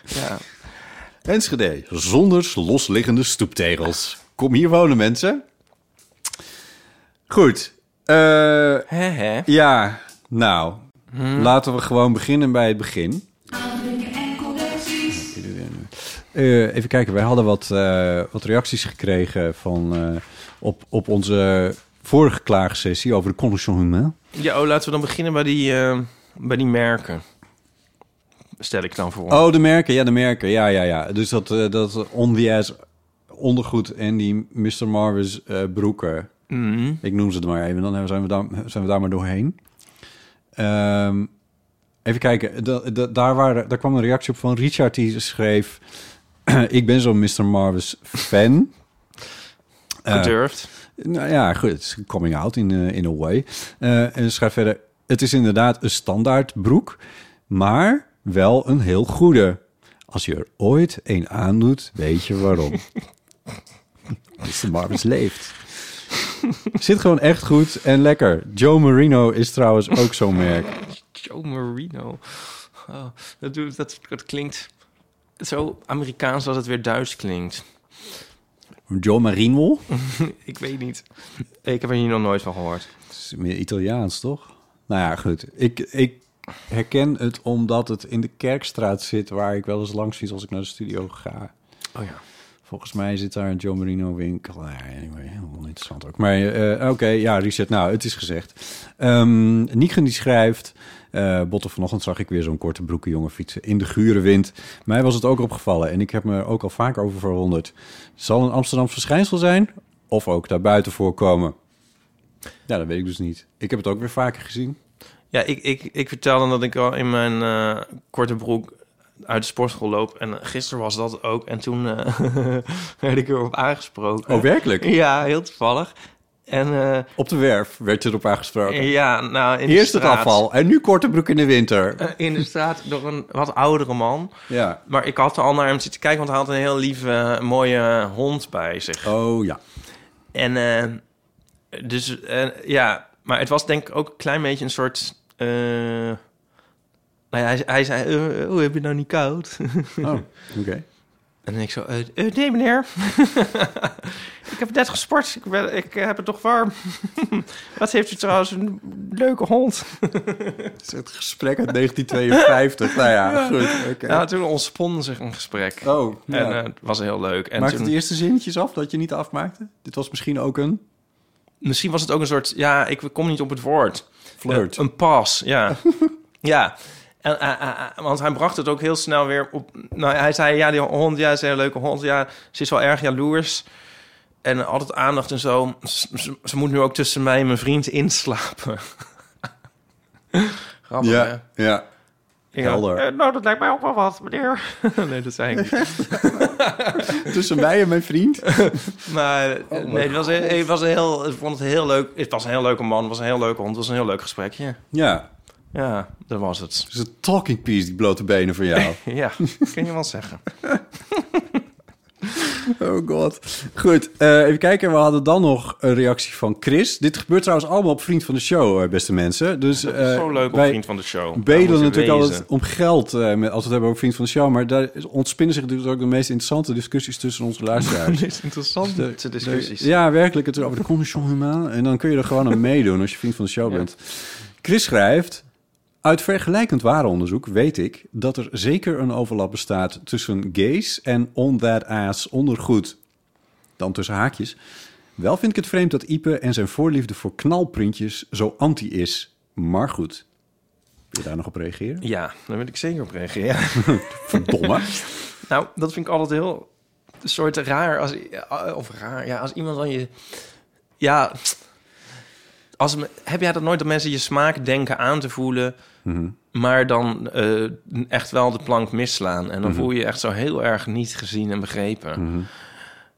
[SPEAKER 2] Ja.
[SPEAKER 1] <laughs> Enschede, zonder losliggende stoeptegels. Kom hier wonen, mensen. Goed. Eh,
[SPEAKER 2] Hè, hè.
[SPEAKER 1] ja, nou, laten we gewoon beginnen bij het begin. Eh, even kijken, wij hadden wat, eh, wat reacties gekregen van, eh, op, op onze vorige klaagsessie over de condition humain.
[SPEAKER 2] Ja, oh, laten we dan beginnen bij die, eh, bij die merken. Stel ik dan voor.
[SPEAKER 1] Oh, de merken. Ja, de merken. Ja, ja, ja. Dus dat, eh, dat on the ass ondergoed en die Mr. Marvis eh, broeken.
[SPEAKER 2] Mhm.
[SPEAKER 1] Ik noem ze het maar even. Dan hebben- zijn we daar, zijn we daar maar doorheen. Ehm, even kijken. Da- da- daar, waren, daar kwam een reactie op van Richard. Die schreef... <clears throat> ik ben zo'n Mr. Marvis fan. Eh,
[SPEAKER 2] Gedurfd.
[SPEAKER 1] nou ja, goed, het is coming out in, eh, in a way. Eh, en schrijf verder, het is inderdaad een standaard broek, maar wel een heel goede. Als je er ooit een aandoet, weet je waarom. Mr. Marvis leeft. <laughs> Zit gewoon echt goed en lekker. Joe Marino is trouwens ook zo'n merk.
[SPEAKER 2] Joe Marino. Oh, dat, doet, dat, dat klinkt zo Amerikaans dat het weer Duits klinkt.
[SPEAKER 1] Joe Marino?
[SPEAKER 2] Ik weet niet. Ik heb er hier nog nooit van gehoord.
[SPEAKER 1] is meer Italiaans, toch? Nou ja, goed. Ik, ik herken het omdat het in de Kerkstraat zit... waar ik wel eens langs fiets als ik naar de studio ga.
[SPEAKER 2] Oh ja.
[SPEAKER 1] Volgens mij zit daar een Joe Marino winkel. Nou ja, anyway, heel interessant ook. Maar eh, oké, ja, Richard, nou, het is gezegd. Ehm Nieken die schrijft... eh Botten, vanochtend zag ik weer zo'n korte broeken jongen fietsen in de gure wind. Mij was het ook opgevallen en ik heb me er ook al vaak over verwonderd. Zal een Amsterdams verschijnsel zijn Nou, of ook daarbuiten voorkomen? Ja, dat weet ik dus niet. Ik heb het ook weer vaker gezien.
[SPEAKER 2] Ja, ik, ik, ik vertelde dat ik al in mijn eh, korte broek uit de sportschool loop. En gisteren was dat ook. En toen eh, <laughs> werd ik erop aangesproken.
[SPEAKER 1] Oh, werkelijk?
[SPEAKER 2] Ja, heel toevallig. En eh,
[SPEAKER 1] Op de werf werd je erop aangesproken.
[SPEAKER 2] ja, nou, in de
[SPEAKER 1] Eerst het
[SPEAKER 2] straat-
[SPEAKER 1] afval en nu korte broek in de winter.
[SPEAKER 2] eh, in de straat door een wat oudere man.
[SPEAKER 1] Ja.
[SPEAKER 2] Maar ik had al naar hem zitten kijken, want hij had een heel lieve, eh, mooie hond bij zich.
[SPEAKER 1] Oh ja.
[SPEAKER 2] En eh, dus eh, ja, maar het was denk ik ook een klein beetje een soort. eh, nou ja, hij, hij zei: eh, Oh, heb je nou niet koud? <laughs>
[SPEAKER 1] Oh, oké.
[SPEAKER 2] En ik zo: eh, eh, Nee, meneer. <laughs> ik heb net gesport. Ik, ben, ik heb het toch warm. <laughs> Wat heeft u trouwens een leuke hond?
[SPEAKER 1] Het is het gesprek uit 1952. nou <laughs> ja, goed. oké.
[SPEAKER 2] Nou, toen ontspon zich een gesprek.
[SPEAKER 1] Oh, ja.
[SPEAKER 2] En eh, het was heel leuk. En
[SPEAKER 1] Maakte
[SPEAKER 2] toen-
[SPEAKER 1] het de eerste zinnetjes af dat je niet afmaakte? Dit was misschien ook een
[SPEAKER 2] misschien was het ook een soort... Ja, ik kom niet op het woord.
[SPEAKER 1] flirt.
[SPEAKER 2] Een, Eh, een pas, ja. ja. En, eh, eh, eh, want hij bracht het ook heel snel weer op... Nou, hij zei, ja, die hond, ja, ze is een hele leuke hond. Ja, ze is wel erg jaloers. En altijd aandacht en zo. Ze, ze- ze moet nu ook tussen mij en mijn vriend inslapen. <laughs> Grappig, hè?
[SPEAKER 1] ja, ja.
[SPEAKER 2] Ik
[SPEAKER 1] helder.
[SPEAKER 2] dacht, eh, nou, dat lijkt mij ook wel wat, meneer. <laughs> nee, dat zei ik niet.
[SPEAKER 1] Tussen mij en mijn
[SPEAKER 2] <laughs>
[SPEAKER 1] vriend.
[SPEAKER 2] Maar eh, nee, het was, een- het was een heel, ik vond het heel leuk. Het was een heel leuke man, het was een heel leuke hond, het was een heel leuk gesprekje.
[SPEAKER 1] Ja,
[SPEAKER 2] Ja, dat was het. <laughs>
[SPEAKER 1] het is een talking piece, die blote benen van jou.
[SPEAKER 2] Ja, dat kun je wel zeggen.
[SPEAKER 1] <laughs> Oh god. Goed, eh, even kijken. We hadden dan nog een reactie van Chris. Dit gebeurt trouwens allemaal op Vriend van de Show, eh, beste mensen. Dus, eh,
[SPEAKER 2] Zo leuk op
[SPEAKER 1] wij
[SPEAKER 2] vriend van de show. Daar moet
[SPEAKER 1] bedelen
[SPEAKER 2] je
[SPEAKER 1] natuurlijk
[SPEAKER 2] wezen.
[SPEAKER 1] altijd om geld eh, met, als we het hebben over Vriend van de Show. Maar daar is- ontspinnen zich natuurlijk ook de meest interessante discussies tussen onze
[SPEAKER 2] <laughs>
[SPEAKER 1] luisteraars.
[SPEAKER 2] Dit is interessant. De discussies.
[SPEAKER 1] ja, werkelijk. Het is over de condition humaan. En dan kun je er gewoon aan meedoen als je Vriend van de Show bent. Chris schrijft... Uit vergelijkend ware onderzoek weet ik dat er zeker een overlap bestaat tussen gays en on that ass ondergoed. Dan tussen haakjes. Wel vind ik het vreemd dat Ipe en zijn voorliefde voor knalprintjes zo anti is. Maar goed. Wil je daar nog op reageren?
[SPEAKER 2] Ja, daar wil ik zeker op reageren. <laughs> Ja.
[SPEAKER 1] Verdomme.
[SPEAKER 2] Nou, dat vind ik altijd heel een soort raar. Als, eh, of raar, ja, als iemand dan je... Ja, als, me- heb jij dat nooit dat mensen je smaak denken aan te voelen... Mhm. maar dan eh, echt wel de plank misslaan? En dan voel je je echt zo heel erg niet gezien en begrepen.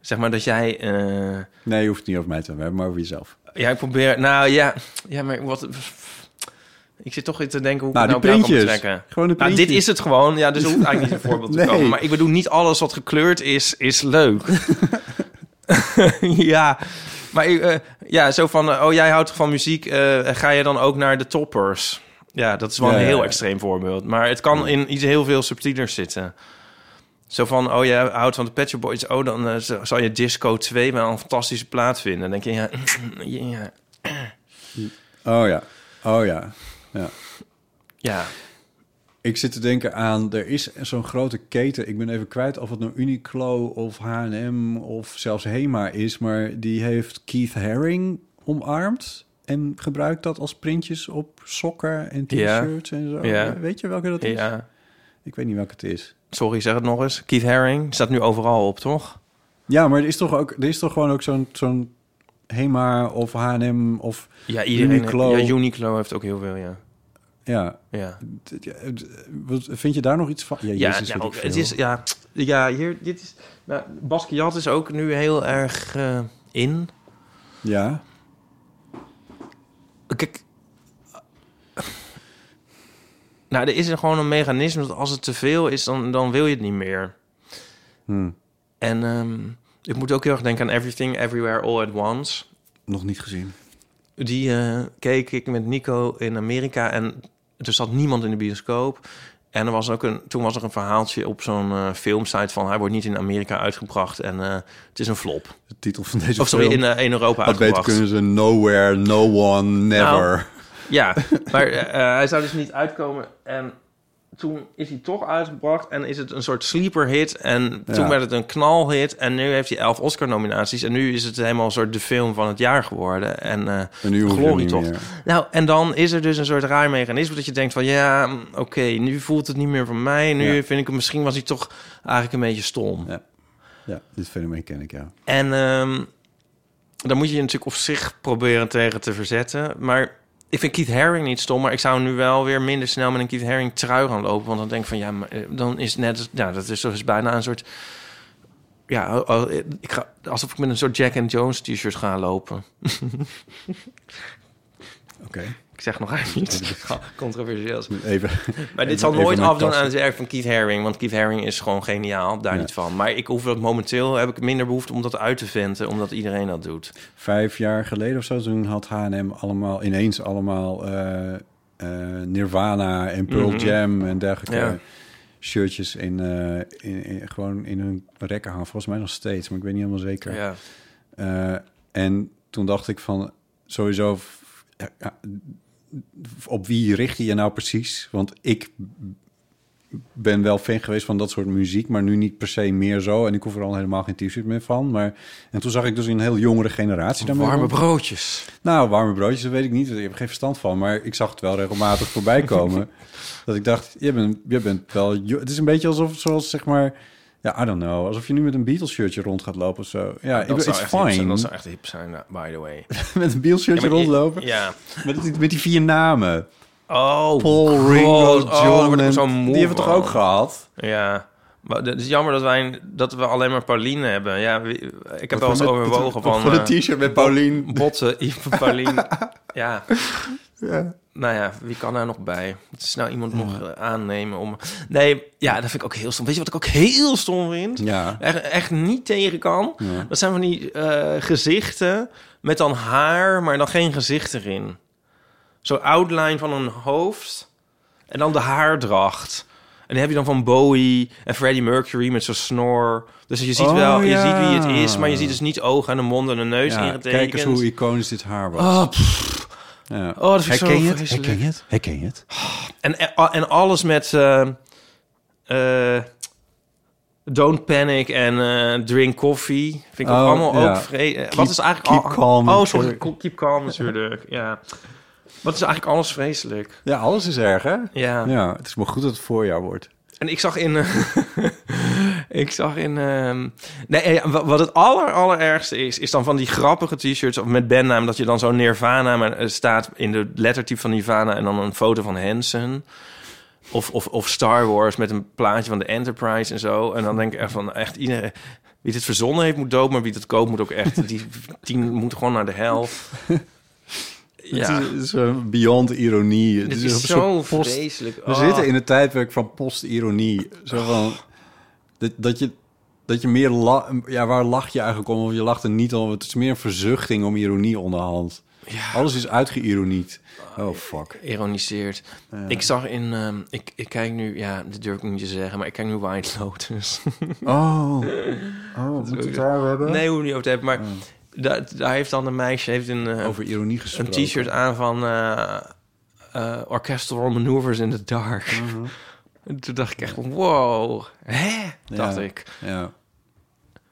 [SPEAKER 2] Zeg maar dat jij... eh,
[SPEAKER 1] <laughs> Nee, je hoeft het niet over mij te hebben, maar over jezelf.
[SPEAKER 2] ja, ik probeer... Nou ja, ja maar wat... Ik zit toch weer te denken hoe
[SPEAKER 1] Nou,
[SPEAKER 2] ik
[SPEAKER 1] die
[SPEAKER 2] het nou op jou
[SPEAKER 1] printjes.
[SPEAKER 2] kan betrekken.
[SPEAKER 1] Gewoon de
[SPEAKER 2] Nou,
[SPEAKER 1] printjes.
[SPEAKER 2] dit is het gewoon. Ja, dus er hoeft eigenlijk niet een voorbeeld te
[SPEAKER 1] Nee.
[SPEAKER 2] komen. Maar ik bedoel, niet alles wat gekleurd is, is leuk. <laughs> ja, maar ik, eh, ja, zo van, eh, oh, jij houdt van muziek, eh, ga je dan ook naar de toppers? Ja, dat is wel
[SPEAKER 1] Ja,
[SPEAKER 2] een
[SPEAKER 1] ja,
[SPEAKER 2] heel
[SPEAKER 1] ja.
[SPEAKER 2] extreem voorbeeld. Maar het kan in iets heel veel subtieler zitten. Zo van, oh, jij houdt van de Pet Shop Boys. Oh, dan eh, z- zal je Disco 2 wel een fantastische plaat vinden. Dan denk je, ja, <clears throat> ja,
[SPEAKER 1] Oh ja. Oh ja. Ja.
[SPEAKER 2] ja.
[SPEAKER 1] Ik zit te denken aan, er is zo'n grote keten. Ik ben even kwijt of het nou Uniqlo of H&M of zelfs Hema is. Maar die heeft Keith Haring omarmd. En gebruikt dat als printjes op sokken en
[SPEAKER 2] Ja.
[SPEAKER 1] t-shirts en zo.
[SPEAKER 2] Ja.
[SPEAKER 1] Weet je welke dat is?
[SPEAKER 2] ja.
[SPEAKER 1] Ik weet niet welke het is.
[SPEAKER 2] Sorry, zeg het nog eens. Keith Haring staat nu overal op, toch?
[SPEAKER 1] Ja, maar er is toch, ook, er is toch gewoon ook zo'n zo'n Hema of H&M of...
[SPEAKER 2] Ja,
[SPEAKER 1] iedereen- Uniqlo.
[SPEAKER 2] Ja, Uniqlo heeft ook heel veel, ja.
[SPEAKER 1] Ja,
[SPEAKER 2] Ja,
[SPEAKER 1] D- ja, d- wat- vind je daar nog iets van? Ja,
[SPEAKER 2] ja
[SPEAKER 1] Jezus, weet
[SPEAKER 2] nou,
[SPEAKER 1] ik
[SPEAKER 2] het
[SPEAKER 1] veel.
[SPEAKER 2] is... Ja, ja hier, dit is... Nou, Basquiat is ook nu heel erg eh, in.
[SPEAKER 1] Ja,
[SPEAKER 2] Kijk... eh, Nou, er is er gewoon een mechanisme dat als het te veel is, dan, dan wil je het niet meer.
[SPEAKER 1] Hm.
[SPEAKER 2] En ehm, ik moet ook heel erg denken aan Everything, Everywhere, All at Once.
[SPEAKER 1] nog niet gezien.
[SPEAKER 2] Die eh, keek ik met Nico in Amerika en er zat niemand in de bioscoop. En er was ook een, toen was er een verhaaltje op zo'n eh, filmsite van... hij wordt niet in Amerika uitgebracht en eh, het is een flop.
[SPEAKER 1] De titel van deze
[SPEAKER 2] Of sorry,
[SPEAKER 1] film.
[SPEAKER 2] in, eh, in Europa
[SPEAKER 1] Had beter
[SPEAKER 2] uitgebracht. Nou,
[SPEAKER 1] kunnen ze Nowhere, No One, Never.
[SPEAKER 2] Ja, maar eh, eh, hij zou dus niet uitkomen. En toen is hij toch uitgebracht en is het een soort sleeper hit. En toen
[SPEAKER 1] Ja.
[SPEAKER 2] werd het een knalhit. En nu heeft hij elf Oscar-nominaties. En nu is het helemaal een soort de film van het jaar geworden. En, eh,
[SPEAKER 1] en nu hoef je
[SPEAKER 2] glorie
[SPEAKER 1] niet
[SPEAKER 2] toch.
[SPEAKER 1] meer.
[SPEAKER 2] Nou, en dan is er dus een soort raar mechanisme dat je denkt van ja, mm, oké, nu voelt het niet meer van mij. Nu
[SPEAKER 1] Ja.
[SPEAKER 2] vind ik hem misschien was hij toch eigenlijk een beetje stom.
[SPEAKER 1] Ja. ja, dit fenomeen ken ik, ja.
[SPEAKER 2] En ehm, dan moet je je natuurlijk op zich proberen tegen te verzetten. Maar Ik vind Keith Haring niet stom, maar ik zou nu wel weer minder snel met een Keith Haring trui gaan lopen. Want dan denk ik van ja, maar eh, dan is het net, nou, dat is, dat is bijna een soort. Ja, oh, oh, ik ga, alsof ik met een soort Jack and Jones t-shirt ga lopen.
[SPEAKER 1] Oké.
[SPEAKER 2] Ik zeg nog eigenlijk iets <laughs> controversieels.
[SPEAKER 1] Even. <laughs>
[SPEAKER 2] Maar dit zal nooit afdoen aan het werk van Keith Haring. Want Keith Haring is gewoon geniaal, daar
[SPEAKER 1] Ja.
[SPEAKER 2] niet van. Maar ik hoef dat momenteel, heb ik minder behoefte om dat uit te venten. Omdat iedereen dat doet.
[SPEAKER 1] Vijf jaar geleden of zo, toen had H&M allemaal ineens allemaal eh, eh, Nirvana en Pearl Jam en dergelijke
[SPEAKER 2] Mhm. Ja.
[SPEAKER 1] shirtjes in, eh, in, in- gewoon in hun rekken hangen. Volgens mij nog steeds, maar ik weet niet helemaal zeker.
[SPEAKER 2] Ja.
[SPEAKER 1] Eh, en toen dacht ik van sowieso f- ja, ja, f- op wie richt je je nou precies? Want ik b- ben wel fan geweest van dat soort muziek, maar nu niet per se meer zo. En ik hoef er al helemaal geen t-shirt meer van. Maar en toen zag ik dus een heel jongere generatie daarmee.
[SPEAKER 2] Warme
[SPEAKER 1] rond-
[SPEAKER 2] broodjes.
[SPEAKER 1] nou, warme broodjes, dat weet ik niet. want Ik heb er geen verstand van, maar ik zag het wel regelmatig
[SPEAKER 2] <laughs>
[SPEAKER 1] voorbij komen. dat ik dacht, je bent, je bent wel... jo- Het is een beetje alsof, zoals zeg maar... Ja, I don't know. Alsof je nu met een Beatles shirtje rond gaat lopen of zo. Ja, ik ben-
[SPEAKER 2] Dat zou
[SPEAKER 1] it's
[SPEAKER 2] echt hip zijn,
[SPEAKER 1] fine.
[SPEAKER 2] dat zou echt hip zijn, nou, by the
[SPEAKER 1] <laughs>
[SPEAKER 2] way. Ja,
[SPEAKER 1] met een Beatles shirtje
[SPEAKER 2] maar je-
[SPEAKER 1] rondlopen.
[SPEAKER 2] Ja.
[SPEAKER 1] Met, die- met die vier namen.
[SPEAKER 2] Oh,
[SPEAKER 1] Paul,
[SPEAKER 2] God.
[SPEAKER 1] Ringo,
[SPEAKER 2] Oh, daar
[SPEAKER 1] John
[SPEAKER 2] word ik
[SPEAKER 1] en-
[SPEAKER 2] zo moe
[SPEAKER 1] Die hebben we toch
[SPEAKER 2] van.
[SPEAKER 1] ook gehad?
[SPEAKER 2] Ja. Maar het is jammer dat, wij, dat we alleen maar Pauline hebben. Ja, wie- ik heb wel eens
[SPEAKER 1] Met-
[SPEAKER 2] overwogen
[SPEAKER 1] met-
[SPEAKER 2] van...
[SPEAKER 1] Voor een
[SPEAKER 2] eh,
[SPEAKER 1] t-shirt met Paulien.
[SPEAKER 2] Botten, <laughs> Yves Pauline. ja. Nou ja, wie kan daar nog bij? Het is nou iemand nog eh, aannemen om... Nee, ja, dat vind ik ook heel stom. Weet je wat ik ook heel stom vind?
[SPEAKER 1] Ja.
[SPEAKER 2] Echt, echt niet tegen kan. Dat zijn van die eh, gezichten met dan haar, maar dan geen gezicht erin. Zo'n outline van een hoofd en dan de haardracht. En die heb je dan van Bowie en Freddie Mercury met zo'n snor. Dus je ziet
[SPEAKER 1] Oh,
[SPEAKER 2] wel, je
[SPEAKER 1] ja.
[SPEAKER 2] ziet wie het is, maar je ziet dus niet ogen en de mond en de neus
[SPEAKER 1] Ja,
[SPEAKER 2] ingetekend.
[SPEAKER 1] kijk eens hoe iconisch dit haar was.
[SPEAKER 2] Ah, pff.
[SPEAKER 1] Ja.
[SPEAKER 2] Oh, dat vind ik zo
[SPEAKER 1] Herken je het?
[SPEAKER 2] vreselijk.
[SPEAKER 1] Herken je het? Herken je het?
[SPEAKER 2] En, en, en alles met eh, eh, Don't Panic en eh, Drink Coffee. Vind ik ook
[SPEAKER 1] Oh,
[SPEAKER 2] allemaal
[SPEAKER 1] ja.
[SPEAKER 2] ook vreselijk. Wat is eigenlijk...
[SPEAKER 1] keep
[SPEAKER 2] al-
[SPEAKER 1] calm
[SPEAKER 2] Oh,
[SPEAKER 1] en
[SPEAKER 2] sorry.
[SPEAKER 1] carry-
[SPEAKER 2] Keep calm natuurlijk, ja. Wat is eigenlijk alles vreselijk.
[SPEAKER 1] Ja, alles is erg, hè?
[SPEAKER 2] Ja.
[SPEAKER 1] Ja, het is maar goed dat het voorjaar wordt.
[SPEAKER 2] En ik zag in... eh, <laughs> ik zag in... ehm, nee, eh, ja, wa- wat het aller, allerergste is... is dan van die grappige t-shirts of met bandnaam... dat je dan zo'n Nirvana maar, eh, staat in de lettertype van Nirvana... en dan een foto van Hansen. Of, of, of Star Wars met een plaatje van de Enterprise en zo. En dan denk ik echt van... echt iedereen... Wie dit verzonnen heeft moet dood, maar wie dat koopt moet ook
[SPEAKER 1] <laughs>
[SPEAKER 2] echt... Die tien moet gewoon naar de hel. Ja,
[SPEAKER 1] Het is, het is een beyond ironie. Het
[SPEAKER 2] dit
[SPEAKER 1] is,
[SPEAKER 2] is,
[SPEAKER 1] een soort
[SPEAKER 2] zo
[SPEAKER 1] post-
[SPEAKER 2] vreselijk.
[SPEAKER 1] We
[SPEAKER 2] Ah.
[SPEAKER 1] zitten in het tijdperk van post-ironie. Zo van... Dat, dat je... Dat je meer... la- ja, waar lach je eigenlijk om? Of je lacht er niet om. Het is meer een verzuchting om ironie onderhand. Alles is uitgeïronied. Oh, <laughs> fuck.
[SPEAKER 2] ironiseert. Ik zag in, ehm, ik, ik kijk nu, ja, dat durf ik niet te zeggen, maar ik kijk nu White <laughs> Lotus.
[SPEAKER 1] Oh. Oh, moeten we het daarover hebben?
[SPEAKER 2] nee, hoe niet over te hebben, maar da- daar heeft dan een meisje heeft een, eh,
[SPEAKER 1] Over ironie
[SPEAKER 2] een
[SPEAKER 1] gesproken.
[SPEAKER 2] t-shirt aan van eh, eh, Orchestral Maneuvers in the Dark. <laughs> En toen dacht ik echt, wow, hè, dacht
[SPEAKER 1] Mhm. Ja.
[SPEAKER 2] ik.
[SPEAKER 1] Ja.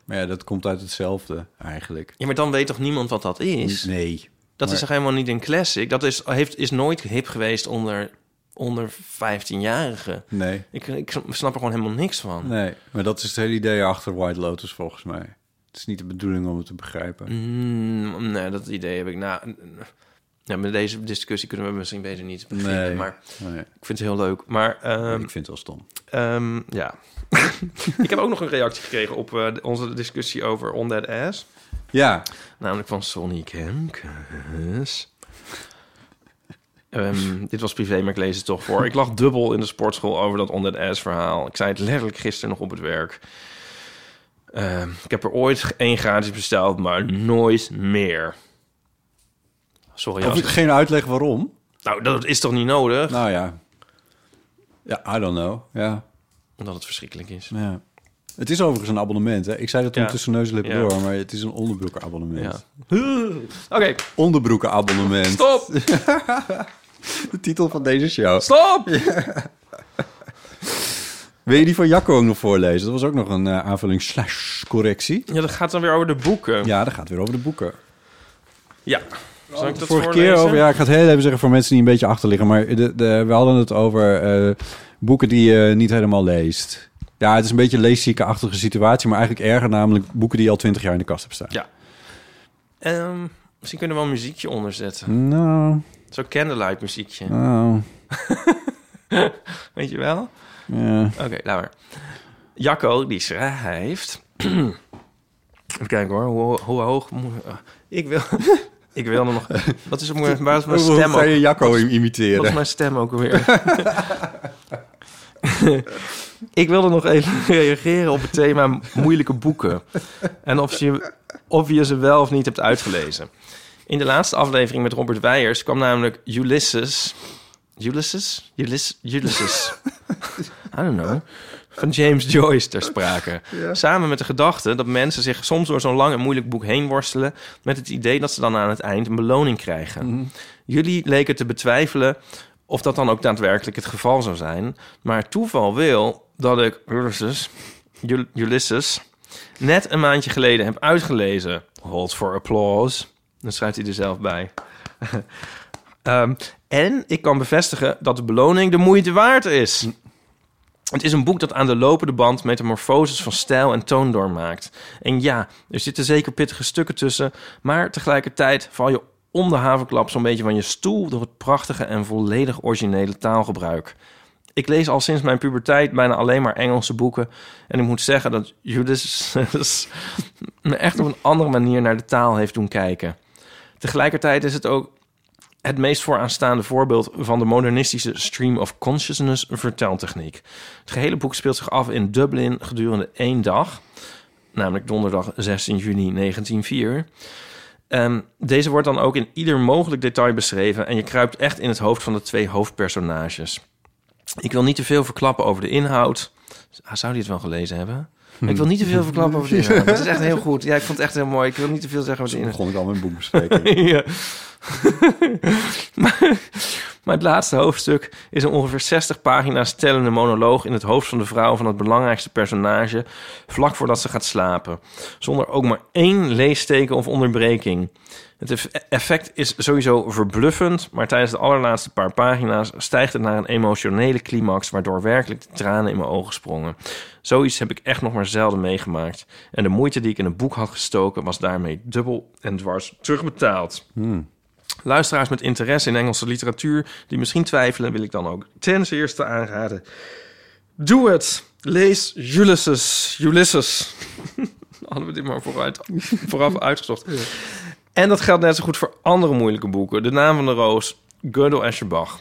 [SPEAKER 1] Maar ja, dat komt uit hetzelfde eigenlijk.
[SPEAKER 2] Ja, maar dan weet toch niemand wat dat is?
[SPEAKER 1] Nee.
[SPEAKER 2] Dat
[SPEAKER 1] Maar-
[SPEAKER 2] is toch helemaal niet een classic? Dat is, heeft, is nooit hip geweest onder, onder 15-jarigen.
[SPEAKER 1] Nee.
[SPEAKER 2] Ik, ik snap er gewoon helemaal niks van.
[SPEAKER 1] Nee, maar dat is het hele idee achter White Lotus volgens mij. Het is niet de bedoeling om het te begrijpen.
[SPEAKER 2] Mm, nee, dat idee heb ik na. Ja, met deze discussie kunnen we misschien beter niet beginnen.
[SPEAKER 1] Nee.
[SPEAKER 2] Maar
[SPEAKER 1] Nee,
[SPEAKER 2] ik vind het heel leuk. Maar ehm,
[SPEAKER 1] ik vind het wel stom.
[SPEAKER 2] ehm, ja. <laughs> ik heb ook nog een reactie gekregen op eh, onze discussie over On That Ass.
[SPEAKER 1] Ja,
[SPEAKER 2] Namelijk van Sonny Kemkes. Ehm, dit was privé, maar ik lees het toch voor. Ik lag dubbel in de sportschool over dat onder de verhaal. Ik zei het letterlijk gisteren nog op het werk. Ehm, ik heb er ooit één gratis besteld, maar nooit meer. Sorry,
[SPEAKER 1] of
[SPEAKER 2] als
[SPEAKER 1] ik geen uitleg waarom.
[SPEAKER 2] Nou, dat is toch niet nodig?
[SPEAKER 1] Nou ja. Ja, I don't know. Ja,
[SPEAKER 2] Omdat het verschrikkelijk is.
[SPEAKER 1] ja. Het is overigens een abonnement. Hè? Ik zei dat toen
[SPEAKER 2] Ja.
[SPEAKER 1] tussen neus en lippen
[SPEAKER 2] Ja.
[SPEAKER 1] door, maar het is een onderbroekenabonnement.
[SPEAKER 2] Ja. <laughs>
[SPEAKER 1] abonnement.
[SPEAKER 2] Oké,
[SPEAKER 1] Onderbroekenabonnement.
[SPEAKER 2] stop!
[SPEAKER 1] De titel van deze show.
[SPEAKER 2] Stop!
[SPEAKER 1] Wil je die van Jacco ook nog voorlezen? Dat was ook nog een eh, aanvulling slash correctie.
[SPEAKER 2] Ja, dat gaat dan weer over de boeken. Ja.
[SPEAKER 1] Ja, dat gaat weer over de boeken.
[SPEAKER 2] Zal ik dat
[SPEAKER 1] vorige
[SPEAKER 2] voorlezen?
[SPEAKER 1] keer over, ja, ik ga het heel even zeggen voor mensen die een beetje achter liggen, maar de, de, we hadden het over eh, boeken die je niet helemaal leest. Ja, het is een beetje een leeszieke-achtige situatie, maar eigenlijk erger, namelijk boeken die je al twintig jaar in de kast hebt staan.
[SPEAKER 2] Ja. Ehm, misschien kunnen we wel een muziekje onderzetten.
[SPEAKER 1] Nou,
[SPEAKER 2] Zo'n candlelight muziekje.
[SPEAKER 1] Oh,
[SPEAKER 2] Weet je wel?
[SPEAKER 1] ja.
[SPEAKER 2] Oké, laat maar. Jacco, die schrijft... <clears throat> Even kijken hoor, hoe, hoe hoog moet... ah, Ik wil... <laughs> ik wil er
[SPEAKER 1] <laughs>
[SPEAKER 2] nog... Wat is, het- waar is mijn
[SPEAKER 1] Hoe
[SPEAKER 2] stem
[SPEAKER 1] ga
[SPEAKER 2] ook?
[SPEAKER 1] je Jacco
[SPEAKER 2] Wat is
[SPEAKER 1] imiteren?
[SPEAKER 2] mijn stem ook alweer? <laughs> ik wilde nog even <laughs> reageren op het thema moeilijke boeken. En of je, of je ze wel of niet hebt uitgelezen. In de laatste aflevering met Robert Weijers kwam namelijk Ulysses... Ulysses? Ulysses? Ulysses. I don't know. Van James Joyce ter sprake. Samen met de gedachte dat mensen zich soms door zo'n lang en moeilijk boek heen worstelen... met het idee dat ze dan aan het eind een beloning krijgen. Jullie leken te betwijfelen of dat dan ook daadwerkelijk het geval zou zijn. Maar het toeval wil dat ik Ulysses, Ul- Ulysses net een maandje geleden heb uitgelezen. Hold for applause. Dan schrijft hij er zelf bij. <laughs> Ehm, en ik kan bevestigen dat de beloning de moeite waard is. Het is een boek dat aan de lopende band metamorfoses van stijl en toon doormaakt. En ja, er zitten zeker pittige stukken tussen, maar tegelijkertijd val je om de havenklap zo'n beetje van je stoel door het prachtige en volledig originele taalgebruik. Ik lees al sinds mijn puberteit bijna alleen maar Engelse boeken en ik moet zeggen dat Judas <laughs> me echt op een andere manier naar de taal heeft doen kijken. Tegelijkertijd is het ook het meest vooraanstaande voorbeeld van de modernistische stream of consciousness verteltechniek. Het gehele boek speelt zich af in Dublin gedurende één dag, namelijk donderdag 16 juni 1904. Ehm, deze wordt dan ook in ieder mogelijk detail beschreven en je kruipt echt in het hoofd van de twee hoofdpersonages. Ik wil niet te veel verklappen over de inhoud. Ah, zou die het wel gelezen hebben? Ik wil niet te veel verklappen over de inhoud. Het is echt heel goed. Ja, ik vond het echt heel mooi. Ik wil niet te veel zeggen over de
[SPEAKER 1] Toen
[SPEAKER 2] inhoud.
[SPEAKER 1] begon ik al mijn boek
[SPEAKER 2] <laughs>
[SPEAKER 1] bespreken.
[SPEAKER 2] Ja. maar, maar het laatste hoofdstuk is een ongeveer 60 pagina's tellende monoloog in het hoofd van de vrouw van het belangrijkste personage, vlak voordat ze gaat slapen. Zonder ook maar één leesteken of onderbreking. Het eff- effect is sowieso verbluffend, maar tijdens de allerlaatste paar pagina's stijgt het naar een emotionele climax, waardoor werkelijk de tranen in mijn ogen sprongen. Zoiets heb ik echt nog maar zelden meegemaakt. En de moeite die ik in een boek had gestoken, was daarmee dubbel en dwars terugbetaald. Luisteraars met interesse in Engelse literatuur die misschien twijfelen, wil ik dan ook ten eerste aanraden. Doe het! Lees Ulysses. Ulysses. <laughs> Hadden we dit maar vooruit, vooraf uitgezocht. En dat geldt net zo goed voor andere moeilijke boeken. De Naam van de Roos, Gödel Escherbach.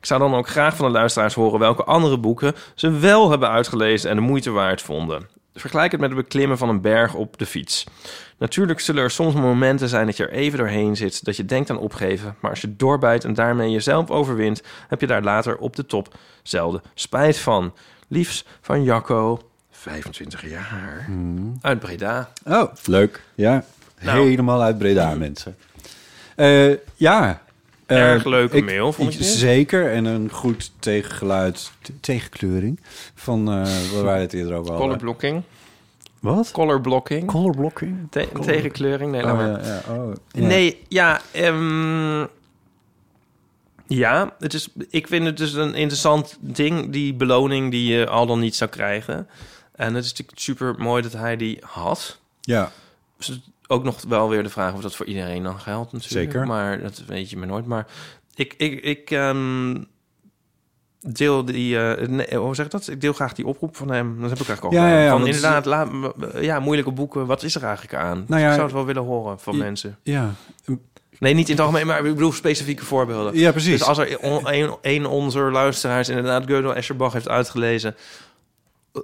[SPEAKER 2] Ik zou dan ook graag van de luisteraars horen welke andere boeken ze wel hebben uitgelezen en de moeite waard vonden. Vergelijk het met het beklimmen van een berg op de fiets. Natuurlijk zullen er soms momenten zijn dat je er even doorheen zit, dat je denkt aan opgeven, maar als je doorbijt en daarmee jezelf overwint, heb je daar later op de top zelden spijt van. Liefs van Jacco, 25 jaar, uit Breda.
[SPEAKER 1] Oh, leuk. Ja,
[SPEAKER 2] Nou.
[SPEAKER 1] helemaal uit Breda, mensen. Eh, ja. Eh,
[SPEAKER 2] Erg leuke mail, vond Ehm, ik dit.
[SPEAKER 1] Zeker, en een goed tegengeluid, te- tegenkleuring van eh waar wij het eerder over hadden.
[SPEAKER 2] Color blocking.
[SPEAKER 1] Oh, Wat?
[SPEAKER 2] Color blocking.
[SPEAKER 1] Color blocking?
[SPEAKER 2] Te- tegenkleuring, nee, laat
[SPEAKER 1] Oh,
[SPEAKER 2] maar.
[SPEAKER 1] ja, ja, oh, ja.
[SPEAKER 2] Nee, ja, ehm, ja het is, ik vind het dus een interessant ding, die beloning die je al dan niet zou krijgen. En het is natuurlijk super mooi dat hij die had.
[SPEAKER 1] Ja,
[SPEAKER 2] Dus het- ook nog wel weer de vraag of dat voor iedereen dan geldt natuurlijk.
[SPEAKER 1] Zeker.
[SPEAKER 2] Maar dat weet je maar nooit. Maar ik, ik, ik ehm, deel die, eh, nee, hoe zeg ik dat? Ik deel graag die oproep van hem. Dat heb ik eigenlijk al
[SPEAKER 1] Ja,
[SPEAKER 2] gedaan.
[SPEAKER 1] ja, ja,
[SPEAKER 2] van
[SPEAKER 1] want-
[SPEAKER 2] inderdaad, laat, me- ja, moeilijke boeken, wat is er eigenlijk aan?
[SPEAKER 1] Nou ja,
[SPEAKER 2] ik zou het wel willen horen van
[SPEAKER 1] je-
[SPEAKER 2] mensen.
[SPEAKER 1] ja.
[SPEAKER 2] Nee, niet in het algemeen, maar ik bedoel specifieke voorbeelden.
[SPEAKER 1] ja precies.
[SPEAKER 2] Dus als er on- een, een onze luisteraars inderdaad Gödel Escherbach heeft uitgelezen...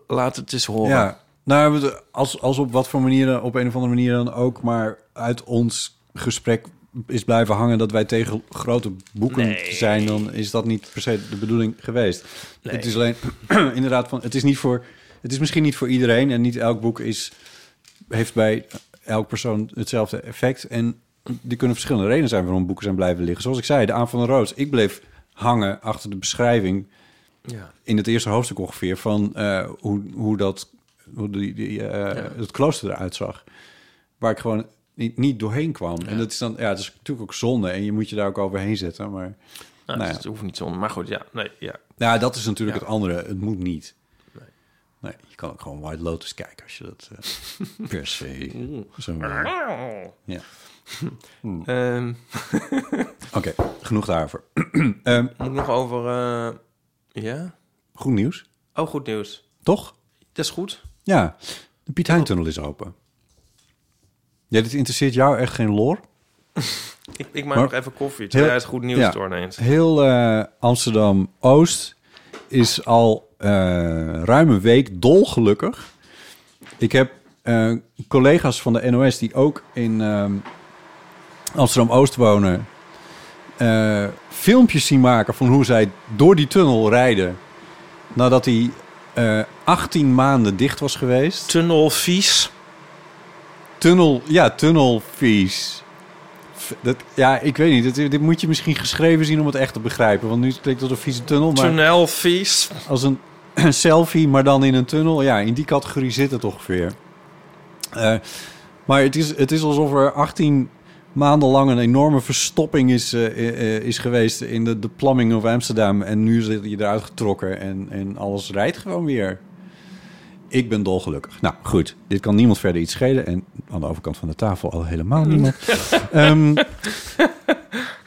[SPEAKER 2] laat het eens horen.
[SPEAKER 1] Ja, nou, we- als, als op wat voor manier, op een of andere manier dan ook, maar uit ons gesprek is blijven hangen dat wij tegen grote boeken
[SPEAKER 2] Nee.
[SPEAKER 1] zijn, dan is dat niet per se de bedoeling geweest.
[SPEAKER 2] Nee.
[SPEAKER 1] Het is alleen <clears throat> inderdaad van, het is niet voor, het is misschien niet voor iedereen en niet elk boek is, heeft bij elk persoon hetzelfde effect en die kunnen verschillende redenen zijn waarom boeken zijn blijven liggen. Zoals ik zei, de aan van de roos. Ik bleef hangen achter de beschrijving
[SPEAKER 2] Ja.
[SPEAKER 1] in het eerste hoofdstuk ongeveer van eh, hoe, hoe dat hoe die, die, eh, het klooster eruit zag. Waar ik gewoon niet, niet doorheen kwam. En dat is dan, ja, het is natuurlijk ook zonde en je moet je daar ook overheen zetten. Maar
[SPEAKER 2] Nou,
[SPEAKER 1] Nou ja.
[SPEAKER 2] Het hoeft niet zonder, maar goed, ja. Nee, ja.
[SPEAKER 1] nou, dat is natuurlijk
[SPEAKER 2] Ja.
[SPEAKER 1] het andere. Het moet niet. Nee. je kan ook gewoon <laughs> White Lotus kijken als je dat eh, per se. Zo, ja.
[SPEAKER 2] Ehm,
[SPEAKER 1] Oké, genoeg daarover. Ehm,
[SPEAKER 2] moet ik nog over... eh, ja?
[SPEAKER 1] goed nieuws,
[SPEAKER 2] Oh, goed nieuws.
[SPEAKER 1] toch?
[SPEAKER 2] Dat is goed.
[SPEAKER 1] Ja, de Piet Hein-tunnel is open. Ja, dit interesseert jou echt geen lor.
[SPEAKER 2] Ik, ik maak
[SPEAKER 1] Maar-
[SPEAKER 2] nog even koffie.
[SPEAKER 1] Heel-
[SPEAKER 2] Terwijl hij het goed nieuws
[SPEAKER 1] ja.
[SPEAKER 2] door ineens.
[SPEAKER 1] Heel eh, Amsterdam-Oost is al eh, ruim een week dolgelukkig. Ik heb eh, collega's van de NOS die ook in ehm, Amsterdam-Oost wonen... eh, filmpjes zien maken van hoe zij door die tunnel rijden... nadat die eh 18 maanden dicht was geweest.
[SPEAKER 2] Tunnelvies.
[SPEAKER 1] Tunnel, ja, tunnelvies. V- Dat, ja, ik weet niet. Dit, dit moet je misschien geschreven zien om het echt te begrijpen. Want nu klinkt het als een vieze tunnel, maar
[SPEAKER 2] Tunnelvies.
[SPEAKER 1] als een, <clears throat> een selfie, maar dan in een tunnel. Ja, in die categorie zit het ongeveer. Eh, maar het is, het is alsof er 18 maanden lang een enorme verstopping is, eh, eh, eh, is geweest in de, de plamming of Amsterdam. En nu zit je eruit getrokken en, en alles rijdt gewoon weer. Ik ben dolgelukkig. Nou goed, dit kan niemand verder iets schelen. En aan de overkant van de tafel al helemaal niemand. Ehm,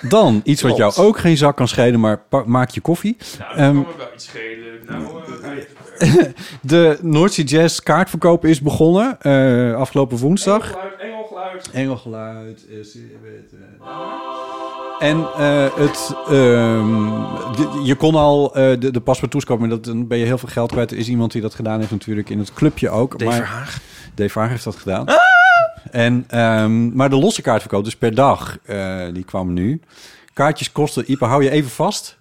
[SPEAKER 1] dan iets wat jou ook geen zak kan schelen, maar pa- maak je koffie. Ehm,
[SPEAKER 2] wel iets schelen. Nou,
[SPEAKER 1] de Noordzee Jazz kaartverkoop is begonnen eh, afgelopen woensdag.
[SPEAKER 2] engelgeluid.
[SPEAKER 1] Engelgeluid. En eh, het, ehm, je, je kon al eh, de, de paspartouts kopen, maar dat, dan ben je heel veel geld kwijt. Er is iemand die dat gedaan heeft natuurlijk in het clubje ook.
[SPEAKER 2] Dave
[SPEAKER 1] maar,
[SPEAKER 2] Verhaag.
[SPEAKER 1] Dave Verhaag heeft dat gedaan. En, ehm, maar de losse kaartverkoop, dus per dag, eh, die kwam nu. Kaartjes kosten, Ipa, hou je even vast.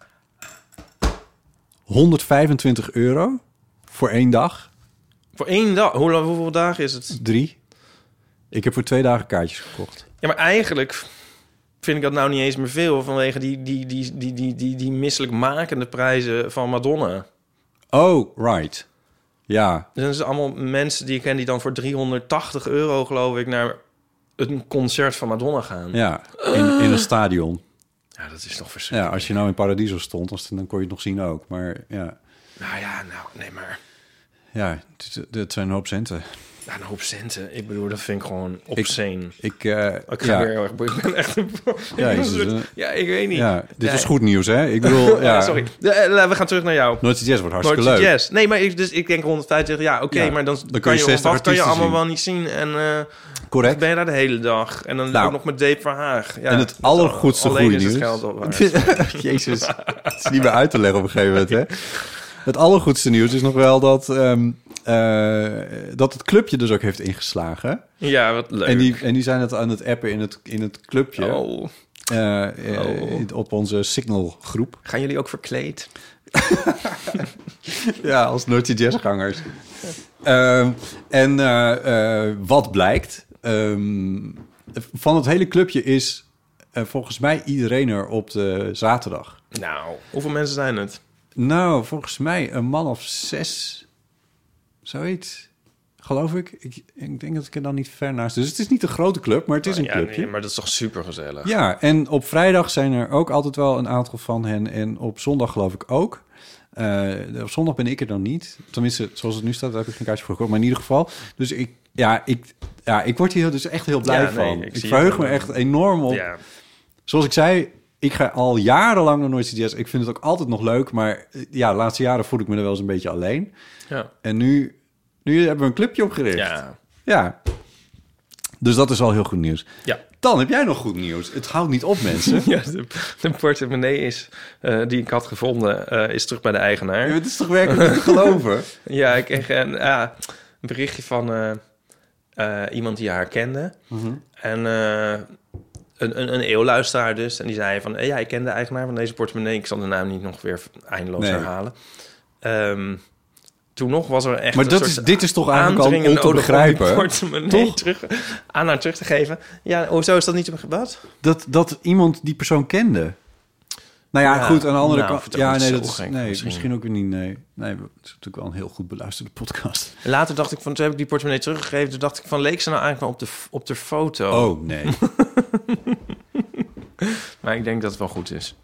[SPEAKER 1] 125 euro voor één dag.
[SPEAKER 2] Voor één dag. Hoe, lang- hoeveel dagen is het?
[SPEAKER 1] Drie. Ik heb voor twee dagen kaartjes gekocht.
[SPEAKER 2] Ja, maar eigenlijk vind ik dat nou niet eens meer veel... vanwege die, die, die, die, die, die, die misselijkmakende prijzen van Madonna.
[SPEAKER 1] Oh, right. Ja,
[SPEAKER 2] Dus dan zijn allemaal mensen die ik ken... die dan voor 380 euro, geloof ik... naar een concert van Madonna gaan. Ja,
[SPEAKER 1] ja. In, in een stadion.
[SPEAKER 2] dat is toch verschrikkelijk.
[SPEAKER 1] Ja, als je nou in Paradiso stond, als- dan kon je het nog zien ook. Maar ja,
[SPEAKER 2] Nou ja, nou, nee, maar...
[SPEAKER 1] ja het, is- het zijn een hoop centen.
[SPEAKER 2] nou, een hoop centen. Ik bedoel, dat vind ik gewoon obscene. Ik,
[SPEAKER 1] Ik, eh,
[SPEAKER 2] ga
[SPEAKER 1] ja.
[SPEAKER 2] weer heel erg... Ik ben echt een... <laughs>
[SPEAKER 1] Ja,
[SPEAKER 2] ik ben een
[SPEAKER 1] is het,
[SPEAKER 2] soort-
[SPEAKER 1] eh,
[SPEAKER 2] ja, ik weet niet.
[SPEAKER 1] Ja, dit
[SPEAKER 2] Ja.
[SPEAKER 1] was goed nieuws, hè? Ik bedoel, ja.
[SPEAKER 2] <laughs> Ja, sorry. Eh, We gaan terug naar jou.
[SPEAKER 1] Noordzee Jazz wordt hartstikke
[SPEAKER 2] Noordzee
[SPEAKER 1] leuk.
[SPEAKER 2] Jazz. Nee, maar ik, dus ik denk 150, ja, oké,
[SPEAKER 1] Ja,
[SPEAKER 2] maar dan,
[SPEAKER 1] dan kun
[SPEAKER 2] kan
[SPEAKER 1] je
[SPEAKER 2] je,
[SPEAKER 1] 60
[SPEAKER 2] ontwacht, kan je allemaal
[SPEAKER 1] artiesten
[SPEAKER 2] wel niet zien. En eh,
[SPEAKER 1] Correct.
[SPEAKER 2] ben je daar de hele dag. En dan
[SPEAKER 1] Nou.
[SPEAKER 2] ook nog met Dave Verhaag. Ja,
[SPEAKER 1] en het allergoedste
[SPEAKER 2] alleen
[SPEAKER 1] goede
[SPEAKER 2] is
[SPEAKER 1] nieuws...
[SPEAKER 2] het geld
[SPEAKER 1] <laughs>
[SPEAKER 2] al waard.
[SPEAKER 1] Jezus, het is niet meer uit te leggen op een gegeven moment, hè? Het allergoedste nieuws is nog wel dat, ehm, eh, dat het clubje dus ook heeft ingeslagen.
[SPEAKER 2] Ja, wat leuk.
[SPEAKER 1] En die, en die zijn het aan het appen in het, in het clubje.
[SPEAKER 2] Oh,
[SPEAKER 1] eh, eh,
[SPEAKER 2] Oh.
[SPEAKER 1] in- op onze Signal groep.
[SPEAKER 2] gaan jullie ook verkleed?
[SPEAKER 1] Ja, als Noordzee Jazzgangers. Ehm, en eh, eh, wat blijkt? Ehm, van het hele clubje is eh, volgens mij iedereen er op de zaterdag.
[SPEAKER 2] Nou, hoeveel mensen zijn het?
[SPEAKER 1] Nou, volgens mij een man of zes. Zoiets. Geloof ik. ik. Ik denk dat ik er dan niet ver naast... Dus het is niet een grote club, maar het is een
[SPEAKER 2] Oh, ja,
[SPEAKER 1] clubje.
[SPEAKER 2] nee, maar dat is toch super gezellig.
[SPEAKER 1] Ja, en op vrijdag zijn er ook altijd wel een aantal van hen. En op zondag geloof ik ook. Eh, op zondag ben ik er dan niet. Tenminste, zoals het nu staat, daar heb ik geen kaartje voor gekocht. Maar in ieder geval. Dus ik, ja, ik, ja, ik word hier dus echt heel blij
[SPEAKER 2] Ja, nee,
[SPEAKER 1] van.
[SPEAKER 2] ik
[SPEAKER 1] Ik,
[SPEAKER 2] zie
[SPEAKER 1] verheug
[SPEAKER 2] het
[SPEAKER 1] me
[SPEAKER 2] wel.
[SPEAKER 1] echt enorm op.
[SPEAKER 2] Ja.
[SPEAKER 1] Zoals ik zei, ik ga al jarenlang naar Noisy Jazz. Ik vind het ook altijd nog leuk. Maar eh, ja, de laatste jaren voel ik me er wel eens een beetje alleen.
[SPEAKER 2] Ja.
[SPEAKER 1] En nu, nu hebben we een clubje opgericht.
[SPEAKER 2] Ja.
[SPEAKER 1] ja. Dus dat is al heel goed nieuws.
[SPEAKER 2] Ja.
[SPEAKER 1] Dan heb jij nog goed nieuws. Het houdt niet op, mensen.
[SPEAKER 2] <laughs> Ja, de, de portemonnee is, eh, die ik had gevonden, eh, is terug bij de eigenaar.
[SPEAKER 1] Ja, maar Het is toch werkelijk niet te geloven?
[SPEAKER 2] Ja, ik kreeg een, ja, een berichtje van eh, eh, iemand die haar kende. En eh, een, een, een eeuwluisteraar dus. En die zei van, eh, ja, ik ken de eigenaar van deze portemonnee. Ik zal de naam niet nog weer eindeloos
[SPEAKER 1] Nee.
[SPEAKER 2] herhalen. Ehm, toen nog was er echt
[SPEAKER 1] Maar
[SPEAKER 2] een
[SPEAKER 1] dat
[SPEAKER 2] soort
[SPEAKER 1] is, dit is toch eigenlijk al
[SPEAKER 2] aandringen
[SPEAKER 1] om te
[SPEAKER 2] nodig om die
[SPEAKER 1] begrijpen?
[SPEAKER 2] portemonnee
[SPEAKER 1] Toch?
[SPEAKER 2] terug, aan haar terug te geven. Ja, hoezo is dat niet te begrijpen? Wat?
[SPEAKER 1] Dat, dat iemand die persoon kende. Nou ja,
[SPEAKER 2] Ja,
[SPEAKER 1] goed, aan de andere
[SPEAKER 2] nou,
[SPEAKER 1] kant.
[SPEAKER 2] vertel
[SPEAKER 1] Ja,
[SPEAKER 2] niet
[SPEAKER 1] nee,
[SPEAKER 2] zo
[SPEAKER 1] dat is,
[SPEAKER 2] gek,
[SPEAKER 1] nee
[SPEAKER 2] misschien.
[SPEAKER 1] misschien ook weer niet. Nee, nee, het is natuurlijk wel een heel goed beluisterde podcast.
[SPEAKER 2] Later dacht ik van, toen heb ik die portemonnee teruggegeven. Toen dacht ik van, leek ze nou eigenlijk wel op de, op de foto?
[SPEAKER 1] Oh, nee.
[SPEAKER 2] Maar ik denk dat het wel goed is.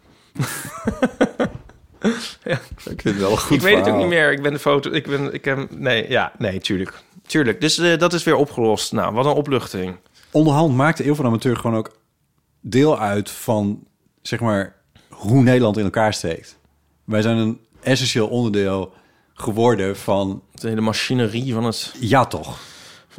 [SPEAKER 1] Ik vind het wel een goed
[SPEAKER 2] ik weet het ook
[SPEAKER 1] verhaal.
[SPEAKER 2] niet meer. Ik ben de foto. Ik ben. Ik heb. Nee, ja, nee, tuurlijk. Tuurlijk. Dus eh, dat is weer opgelost. Nou, wat een opluchting.
[SPEAKER 1] onderhand maakte Eeuw van de Amateur gewoon ook deel uit van, zeg maar, hoe Nederland in elkaar steekt. Wij zijn een essentieel onderdeel geworden van,
[SPEAKER 2] De hele machinerie van het...
[SPEAKER 1] ja toch,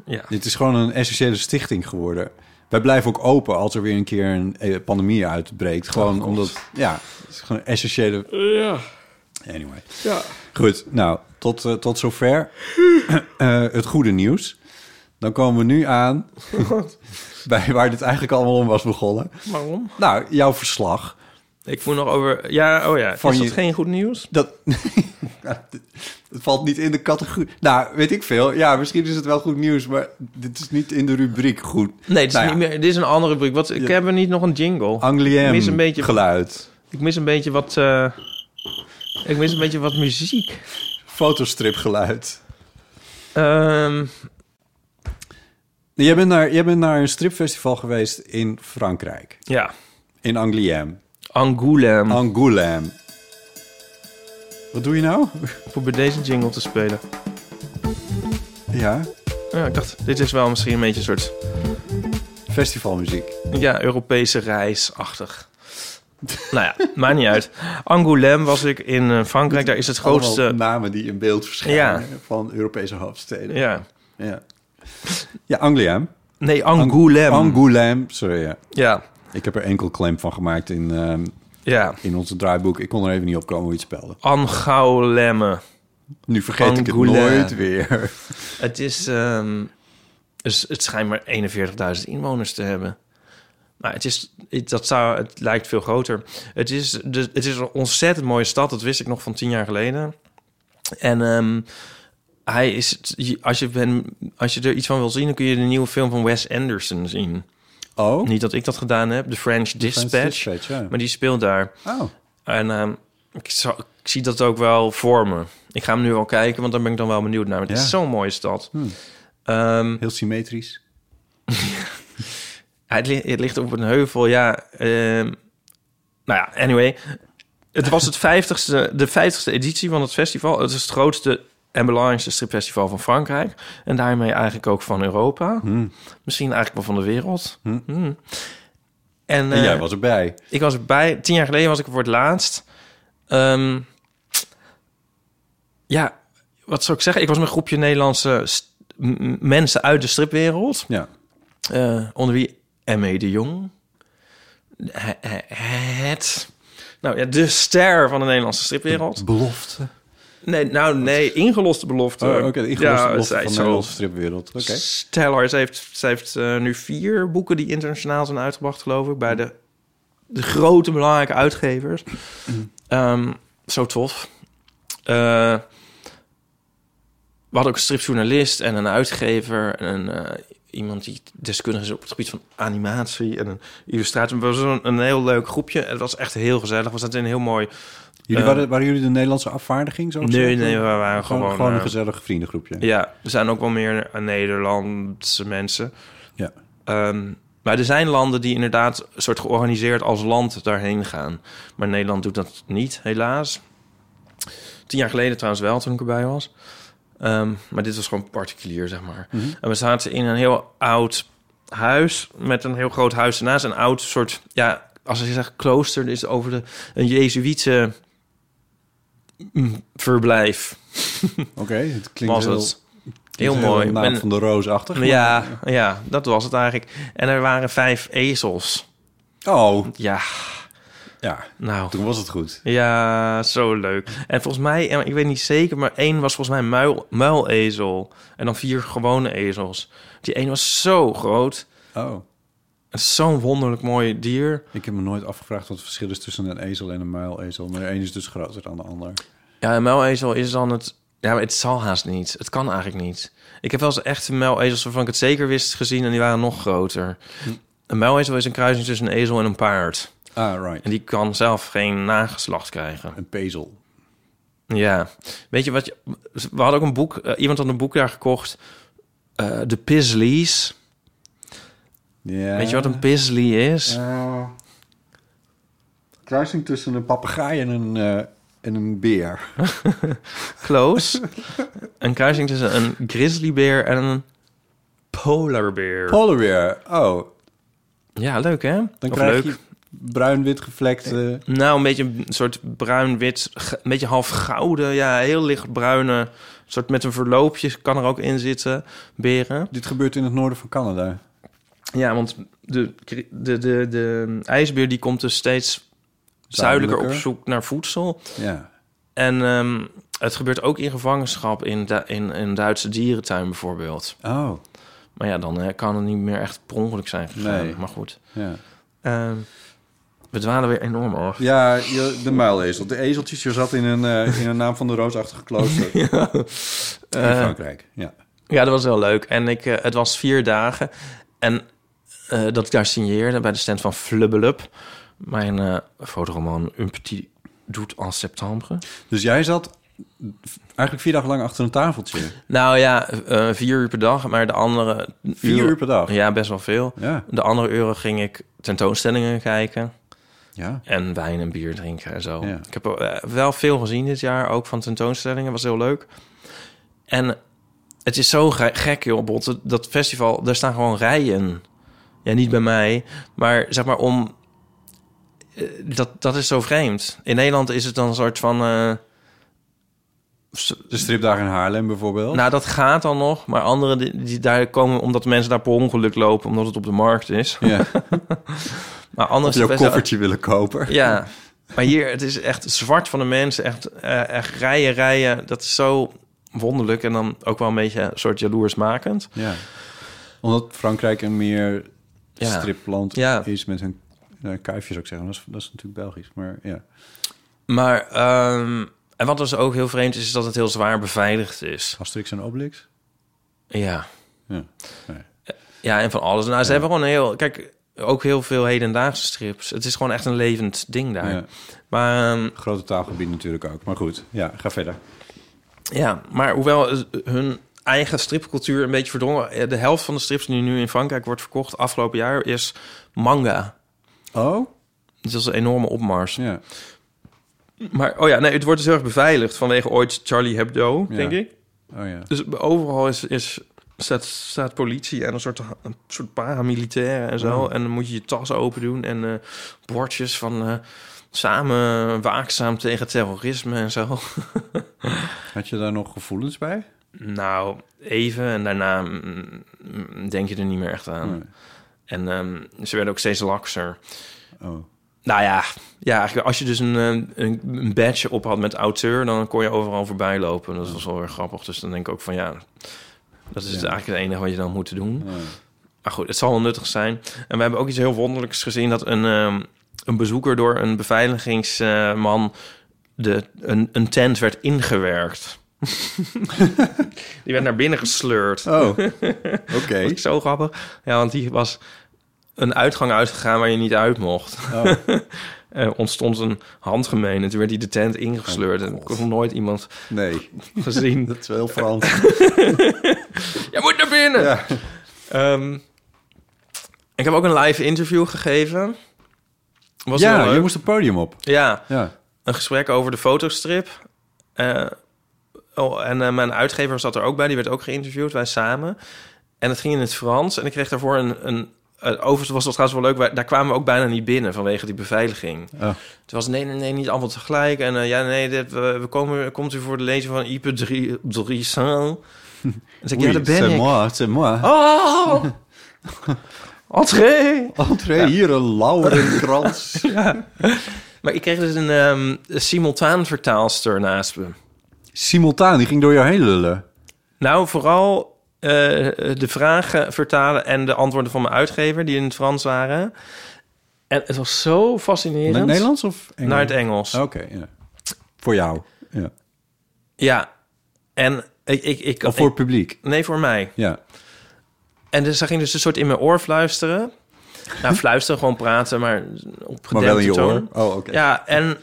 [SPEAKER 2] Ja.
[SPEAKER 1] dit is gewoon een essentiële stichting geworden. Wij blijven ook open als er weer een keer een eh, pandemie uitbreekt.
[SPEAKER 2] Oh,
[SPEAKER 1] Gewoon omdat, ja, het is gewoon een essentiële...
[SPEAKER 2] Eh,
[SPEAKER 1] Anyway. Goed, nou, tot, eh, tot zover <clears throat> Eh, het goede nieuws. Dan komen we nu aan <laughs> bij waar dit eigenlijk allemaal om was begonnen.
[SPEAKER 2] Waarom?
[SPEAKER 1] Nou, jouw verslag.
[SPEAKER 2] Ik moet nog over... Ja, oh ja.
[SPEAKER 1] Van
[SPEAKER 2] is dat
[SPEAKER 1] je-
[SPEAKER 2] geen goed nieuws?
[SPEAKER 1] Dat, <laughs> Nou, dit- het valt niet in de categorie. Nou, weet ik veel. Ja, misschien is het wel goed nieuws, maar dit is niet in de rubriek goed.
[SPEAKER 2] Nee, dit is,
[SPEAKER 1] Nou ja. Ah.
[SPEAKER 2] niet meer, dit is een andere rubriek. Wat, ik heb er niet nog een jingle.
[SPEAKER 1] Angliem
[SPEAKER 2] Ik mis een beetje-
[SPEAKER 1] geluid.
[SPEAKER 2] Ik mis een beetje wat... eh, ik mis een beetje wat muziek.
[SPEAKER 1] Fotostrip geluid.
[SPEAKER 2] Ehm,
[SPEAKER 1] Jij bent, naar, jij bent naar een stripfestival geweest in Frankrijk.
[SPEAKER 2] ja.
[SPEAKER 1] In Angliem.
[SPEAKER 2] Angoulême.
[SPEAKER 1] Ah. Angoulême. Wat doe je nou? <laughs>
[SPEAKER 2] Ik probeer deze jingle te spelen.
[SPEAKER 1] Ja,
[SPEAKER 2] Ja, ik dacht, dit is wel misschien een beetje een soort...
[SPEAKER 1] festivalmuziek.
[SPEAKER 2] Ja, Europese reisachtig. nou ja, <laughs> maakt niet uit. Angoulême was ik in eh, Frankrijk. Daar is het grootste...
[SPEAKER 1] Allemaal namen die in beeld verschijnen
[SPEAKER 2] Ja.
[SPEAKER 1] van Europese hoofdsteden. Ja,
[SPEAKER 2] Ja.
[SPEAKER 1] ja. Angliem.
[SPEAKER 2] Nee, Angoulême.
[SPEAKER 1] Angoulême, sorry. Ja.
[SPEAKER 2] ja.
[SPEAKER 1] Ik heb er enkel claim van gemaakt in, ehm,
[SPEAKER 2] Ja.
[SPEAKER 1] in onze draaiboek. Ik kon er even niet op komen hoe je het spelde.
[SPEAKER 2] Angoulême.
[SPEAKER 1] Nu vergeet ik
[SPEAKER 2] Angoulême.
[SPEAKER 1] het nooit weer. <laughs>
[SPEAKER 2] Het is... ehm, dus het schijnt maar 41.000 inwoners te hebben. Maar het, is, het, dat zou, het lijkt veel groter. Het is, de, het is een ontzettend mooie stad. Dat wist ik nog van tien jaar geleden. En ehm, hij is, als, je ben, als je er iets van wil zien... dan kun je de nieuwe film van Wes Anderson zien.
[SPEAKER 1] Oh?
[SPEAKER 2] Niet dat ik dat gedaan heb. The French Dispatch.
[SPEAKER 1] Dispatch, ja.
[SPEAKER 2] Maar die speelt daar.
[SPEAKER 1] Oh.
[SPEAKER 2] En ehm, ik, zou- ik zie dat ook wel voor me. Ik ga hem nu al kijken, want daar ben ik dan wel benieuwd naar. Het
[SPEAKER 1] Ja. Hmm.
[SPEAKER 2] is zo'n mooie stad. Ehm,
[SPEAKER 1] Heel symmetrisch.
[SPEAKER 2] het, li- het ligt op een heuvel, ja. ehm, nou ja, anyway. Het was het 50ste, de 50ste editie van het festival. Het is het grootste en belangrijkste stripfestival van Frankrijk. En daarmee eigenlijk ook van Europa.
[SPEAKER 1] Hmm.
[SPEAKER 2] Misschien eigenlijk wel van de wereld. Hmm. En,
[SPEAKER 1] En jij
[SPEAKER 2] eh,
[SPEAKER 1] was erbij.
[SPEAKER 2] Ik was erbij. Tien jaar geleden was ik er voor het laatst. Ehm, ja, wat zou ik zeggen? Ik was met een groepje Nederlandse st- m- m- mensen uit de stripwereld.
[SPEAKER 1] Ja.
[SPEAKER 2] Eh, onder wie M.E. de Jong. H- h- Het... Nou ja, de ster van de Nederlandse stripwereld.
[SPEAKER 1] Belofte.
[SPEAKER 2] Nee, nou nee, ingeloste belofte.
[SPEAKER 1] Oh, Oké, de ingeloste
[SPEAKER 2] Ja,
[SPEAKER 1] belofte
[SPEAKER 2] zij
[SPEAKER 1] van de
[SPEAKER 2] is
[SPEAKER 1] Nederlandse stripwereld. Oké.
[SPEAKER 2] Stellaar, ze heeft, ze heeft eh, nu vier boeken die internationaal zijn uitgebracht, geloof ik, bij de, de grote belangrijke uitgevers.
[SPEAKER 1] Mhm.
[SPEAKER 2] Ehm, zo tof. Eh, we hadden ook een stripjournalist en een uitgever en een, eh, iemand die deskundig is op het gebied van animatie en een illustratie. We waren een, een heel leuk groepje. Het was echt heel gezellig. We zaten in een heel mooi.
[SPEAKER 1] Jullie
[SPEAKER 2] Eh,
[SPEAKER 1] waren, waren jullie de Nederlandse afvaardiging? Zo
[SPEAKER 2] Nee, nee, we waren
[SPEAKER 1] gewoon,
[SPEAKER 2] gewoon.
[SPEAKER 1] gewoon een
[SPEAKER 2] eh,
[SPEAKER 1] gezellig vriendengroepje.
[SPEAKER 2] ja, er zijn ook wel meer eh, Nederlandse mensen.
[SPEAKER 1] Ja.
[SPEAKER 2] Ehm, maar er zijn landen die inderdaad een soort georganiseerd als land daarheen gaan. Maar Nederland doet dat niet, helaas. Tien jaar geleden trouwens wel, toen ik erbij was. Ehm, maar dit was gewoon particulier, zeg maar.
[SPEAKER 1] Mhm.
[SPEAKER 2] En we zaten in een heel oud huis met een heel groot huis ernaast. Een oud soort, ja, als je zegt klooster, is het over de, een Jezuïte mm, verblijf.
[SPEAKER 1] Oké, het klinkt
[SPEAKER 2] Was
[SPEAKER 1] heel,
[SPEAKER 2] het.
[SPEAKER 1] klinkt
[SPEAKER 2] Heel mooi.
[SPEAKER 1] Naam
[SPEAKER 2] En-
[SPEAKER 1] van de roosachtig. maar-
[SPEAKER 2] Ja, ja, dat was het eigenlijk. En er waren vijf ezels.
[SPEAKER 1] Oh,
[SPEAKER 2] Ja,
[SPEAKER 1] ja.
[SPEAKER 2] nou.
[SPEAKER 1] Toen was het goed.
[SPEAKER 2] Ja, zo leuk. En volgens mij, en ik weet niet zeker, maar één was volgens mij muil, muilezel. En dan vier gewone ezels. Die één was zo groot.
[SPEAKER 1] Oh.
[SPEAKER 2] Het is Zo'n wonderlijk mooi dier.
[SPEAKER 1] Ik heb me nooit afgevraagd wat het verschil is tussen een ezel en een muilezel. Maar de een is dus groter dan de ander.
[SPEAKER 2] Ja, een muilezel is dan het... Ja, maar het zal haast niet. Het kan eigenlijk niet. Ik heb wel eens echte muilezels waarvan ik het zeker wist gezien... en die waren nog groter. Een muilezel is een kruising tussen een ezel en een paard.
[SPEAKER 1] Ah, right.
[SPEAKER 2] En die kan zelf geen nageslacht krijgen.
[SPEAKER 1] Een pezel.
[SPEAKER 2] Ja, weet je wat? Je, we hadden ook een boek. eh, iemand had een boek daar gekocht. eh, de Pizzlies.
[SPEAKER 1] Ja.
[SPEAKER 2] Weet je wat een Pizzly is?
[SPEAKER 1] Eh, kruising tussen een papegaai en een, eh, en een beer. <laughs>
[SPEAKER 2] Close. een kruising tussen een grizzlybeer en een Polar bear.
[SPEAKER 1] Polar bear. Oh,
[SPEAKER 2] ja, leuk hè?
[SPEAKER 1] dan
[SPEAKER 2] Of
[SPEAKER 1] krijg
[SPEAKER 2] leuk.
[SPEAKER 1] je bruin-wit gevlekte...
[SPEAKER 2] Nou, een beetje een soort bruin-wit, ge- een beetje half gouden, ja, heel lichtbruine, soort met een verloopje kan er ook in zitten, beren.
[SPEAKER 1] Dit gebeurt in het noorden van Canada.
[SPEAKER 2] Ja, want de, de, de, de ijsbeer die komt dus steeds zuidelijker op
[SPEAKER 1] Zuidelijker.
[SPEAKER 2] zoek naar voedsel.
[SPEAKER 1] Ja.
[SPEAKER 2] En ehm, het gebeurt ook in gevangenschap in, Du- in, in Duitse dierentuin bijvoorbeeld.
[SPEAKER 1] Oh,
[SPEAKER 2] Maar ja, dan eh, kan het niet meer echt per ongeluk zijn gegaan.
[SPEAKER 1] Nee.
[SPEAKER 2] Maar goed.
[SPEAKER 1] ja.
[SPEAKER 2] Ehm, we dwalen weer enorm af.
[SPEAKER 1] Ja, je- de muilezel. De ezeltjes, je zat in een, eh, in een naam van de roosachtige klooster
[SPEAKER 2] <laughs>
[SPEAKER 1] in
[SPEAKER 2] Eh,
[SPEAKER 1] Frankrijk. Ja.
[SPEAKER 2] Ja, dat was wel leuk. En ik, eh, het was vier dagen. En eh, dat ik daar signeerde bij de stand van Flubbelup. Mijn eh, fotoroman Un Petit Doet en Septembre.
[SPEAKER 1] Dus jij zat eigenlijk vier dagen lang achter een tafeltje.
[SPEAKER 2] Nou ja, eh, vier uur per dag. Maar de andere...
[SPEAKER 1] Vier uur per dag.
[SPEAKER 2] Ja, best wel veel.
[SPEAKER 1] Ja,
[SPEAKER 2] De andere uren ging ik tentoonstellingen kijken.
[SPEAKER 1] ja.
[SPEAKER 2] En wijn en bier drinken en zo.
[SPEAKER 1] Ja.
[SPEAKER 2] Ik heb eh, wel veel gezien dit jaar, ook van tentoonstellingen. Was heel leuk. En het is zo ge- gek, joh, Bot. Dat- Dat festival, daar staan gewoon rijen. Ja, niet bij mij, maar zeg maar om... eh, Dat, dat is zo vreemd. In Nederland is het dan een soort van... eh, s-
[SPEAKER 1] De stripdagen in Haarlem bijvoorbeeld.
[SPEAKER 2] nou, dat gaat dan nog. Maar anderen die, die daar komen omdat de mensen daar per ongeluk lopen... omdat het op de markt is.
[SPEAKER 1] ja,
[SPEAKER 2] Maar anders...
[SPEAKER 1] jouw
[SPEAKER 2] best wel-
[SPEAKER 1] koffertje willen kopen.
[SPEAKER 2] Ja, maar hier, het is echt zwart van de mensen. Echt, eh, echt rijen, rijen. Dat is zo wonderlijk. En dan ook wel een beetje een soort jaloersmakend.
[SPEAKER 1] Ja. Omdat Frankrijk een meer
[SPEAKER 2] Ja.
[SPEAKER 1] stripland
[SPEAKER 2] Ja.
[SPEAKER 1] is met hun nou, kuifjes ook zeggen. Dat is, dat is natuurlijk Belgisch, maar ja.
[SPEAKER 2] Maar, ehm, en wat dus ook heel vreemd is, is dat het heel zwaar beveiligd is.
[SPEAKER 1] Asterix en Obelix.
[SPEAKER 2] Ja.
[SPEAKER 1] Ja.
[SPEAKER 2] Ja, en van alles. Nou, ze hebben gewoon heel... Kijk, ook heel veel hedendaagse strips. Het is gewoon echt een levend ding daar.
[SPEAKER 1] Ja.
[SPEAKER 2] Maar... ehm,
[SPEAKER 1] Grote taalgebied natuurlijk ook. Maar goed, ja, ga verder.
[SPEAKER 2] Ja, maar hoewel eh, hun eigen stripcultuur een beetje verdrongen... eh, de helft van de strips die nu in Frankrijk wordt verkocht afgelopen jaar is manga.
[SPEAKER 1] Oh?
[SPEAKER 2] Dus dat is een enorme opmars.
[SPEAKER 1] Ja.
[SPEAKER 2] Maar, oh ja, nee, het wordt dus heel erg beveiligd vanwege ooit Charlie Hebdo,
[SPEAKER 1] Ja.
[SPEAKER 2] denk ik.
[SPEAKER 1] Oh ja.
[SPEAKER 2] Dus overal is, is, staat, staat politie en een soort, een soort paramilitairen en zo. En dan moet je je tas open doen en eh, bordjes van eh, samen waakzaam tegen terrorisme en zo. <laughs>
[SPEAKER 1] Had je daar nog gevoelens bij?
[SPEAKER 2] Nou, even en daarna mm, mm, denk je er niet meer echt aan.
[SPEAKER 1] Nee.
[SPEAKER 2] En ehm, ze werden ook steeds lakser.
[SPEAKER 1] Oh.
[SPEAKER 2] Nou ja, ja eigenlijk als je dus een, eh, een, een badge op had met auteur, dan kon je overal voorbij lopen. Dat was wel weer grappig. Dus dan denk ik ook van ja, dat is
[SPEAKER 1] Ja.
[SPEAKER 2] eigenlijk het enige wat je dan moet doen.
[SPEAKER 1] Oh.
[SPEAKER 2] Maar goed, het zal wel nuttig zijn. En we hebben ook iets heel wonderlijks gezien dat een, ehm, een bezoeker door een beveiligingsman de, een, een tent werd ingewerkt. <laughs> Die werd naar binnen gesleurd.
[SPEAKER 1] Oh, <laughs> oké.
[SPEAKER 2] Dat is zo grappig. Ja, want die was een uitgang uitgegaan waar je niet uit mocht.
[SPEAKER 1] Oh.
[SPEAKER 2] Er Eh, ontstond een handgemeen en toen werd hij de tent ingesleurd.
[SPEAKER 1] Oh,
[SPEAKER 2] en ik kon nooit iemand
[SPEAKER 1] Nee,
[SPEAKER 2] gezien.
[SPEAKER 1] <laughs> dat is wel heel Frans.
[SPEAKER 2] Je moet naar binnen!
[SPEAKER 1] Ja.
[SPEAKER 2] Ehm, ik heb ook een live interview gegeven. Was heel
[SPEAKER 1] ja,
[SPEAKER 2] leuk.
[SPEAKER 1] je moest het podium op.
[SPEAKER 2] Ja,
[SPEAKER 1] Ja.
[SPEAKER 2] een gesprek over de fotostrip. Eh, oh, en eh, mijn uitgever zat er ook bij, die werd ook geïnterviewd, wij samen. En het ging in het Frans en ik kreeg daarvoor een... een eh, overigens was dat trouwens wel leuk, wij- daar kwamen we ook bijna niet binnen vanwege die beveiliging.
[SPEAKER 1] Oh.
[SPEAKER 2] Het was nee, nee, nee, niet allemaal tegelijk. En eh, ja, nee, dit, we, we komen, komt u voor de lezing van Ipe Dri- Driessen. En zei ik, ja,
[SPEAKER 1] Oui,
[SPEAKER 2] daar ben
[SPEAKER 1] c'est
[SPEAKER 2] ik.
[SPEAKER 1] moi, c'est moi.
[SPEAKER 2] Oh! Entree!
[SPEAKER 1] Entree, hier een laurenkrans.
[SPEAKER 2] Maar ik kreeg dus een ehm, simultaan vertaalster naast me.
[SPEAKER 1] <laughs> Simultaan, die ging door jou heen lullen.
[SPEAKER 2] Nou, vooral eh, de vragen vertalen en de antwoorden van mijn uitgever, die in het Frans waren. En het was zo fascinerend.
[SPEAKER 1] Naar het Nederlands Oh. of Engels? Ah,
[SPEAKER 2] Naar het Engels.
[SPEAKER 1] Oké, ja. Voor jou. Ja.
[SPEAKER 2] Ja. En ik... ik, ik,
[SPEAKER 1] Of voor het publiek.
[SPEAKER 2] ik- nee, voor mij.
[SPEAKER 1] Ja.
[SPEAKER 2] En dus daar ging dus een soort in mijn oor fluisteren. Nou, fluisteren, gewoon praten, maar op
[SPEAKER 1] Maar wel in je
[SPEAKER 2] gedempte toon.
[SPEAKER 1] oor. Oh, oké.
[SPEAKER 2] Ja, en...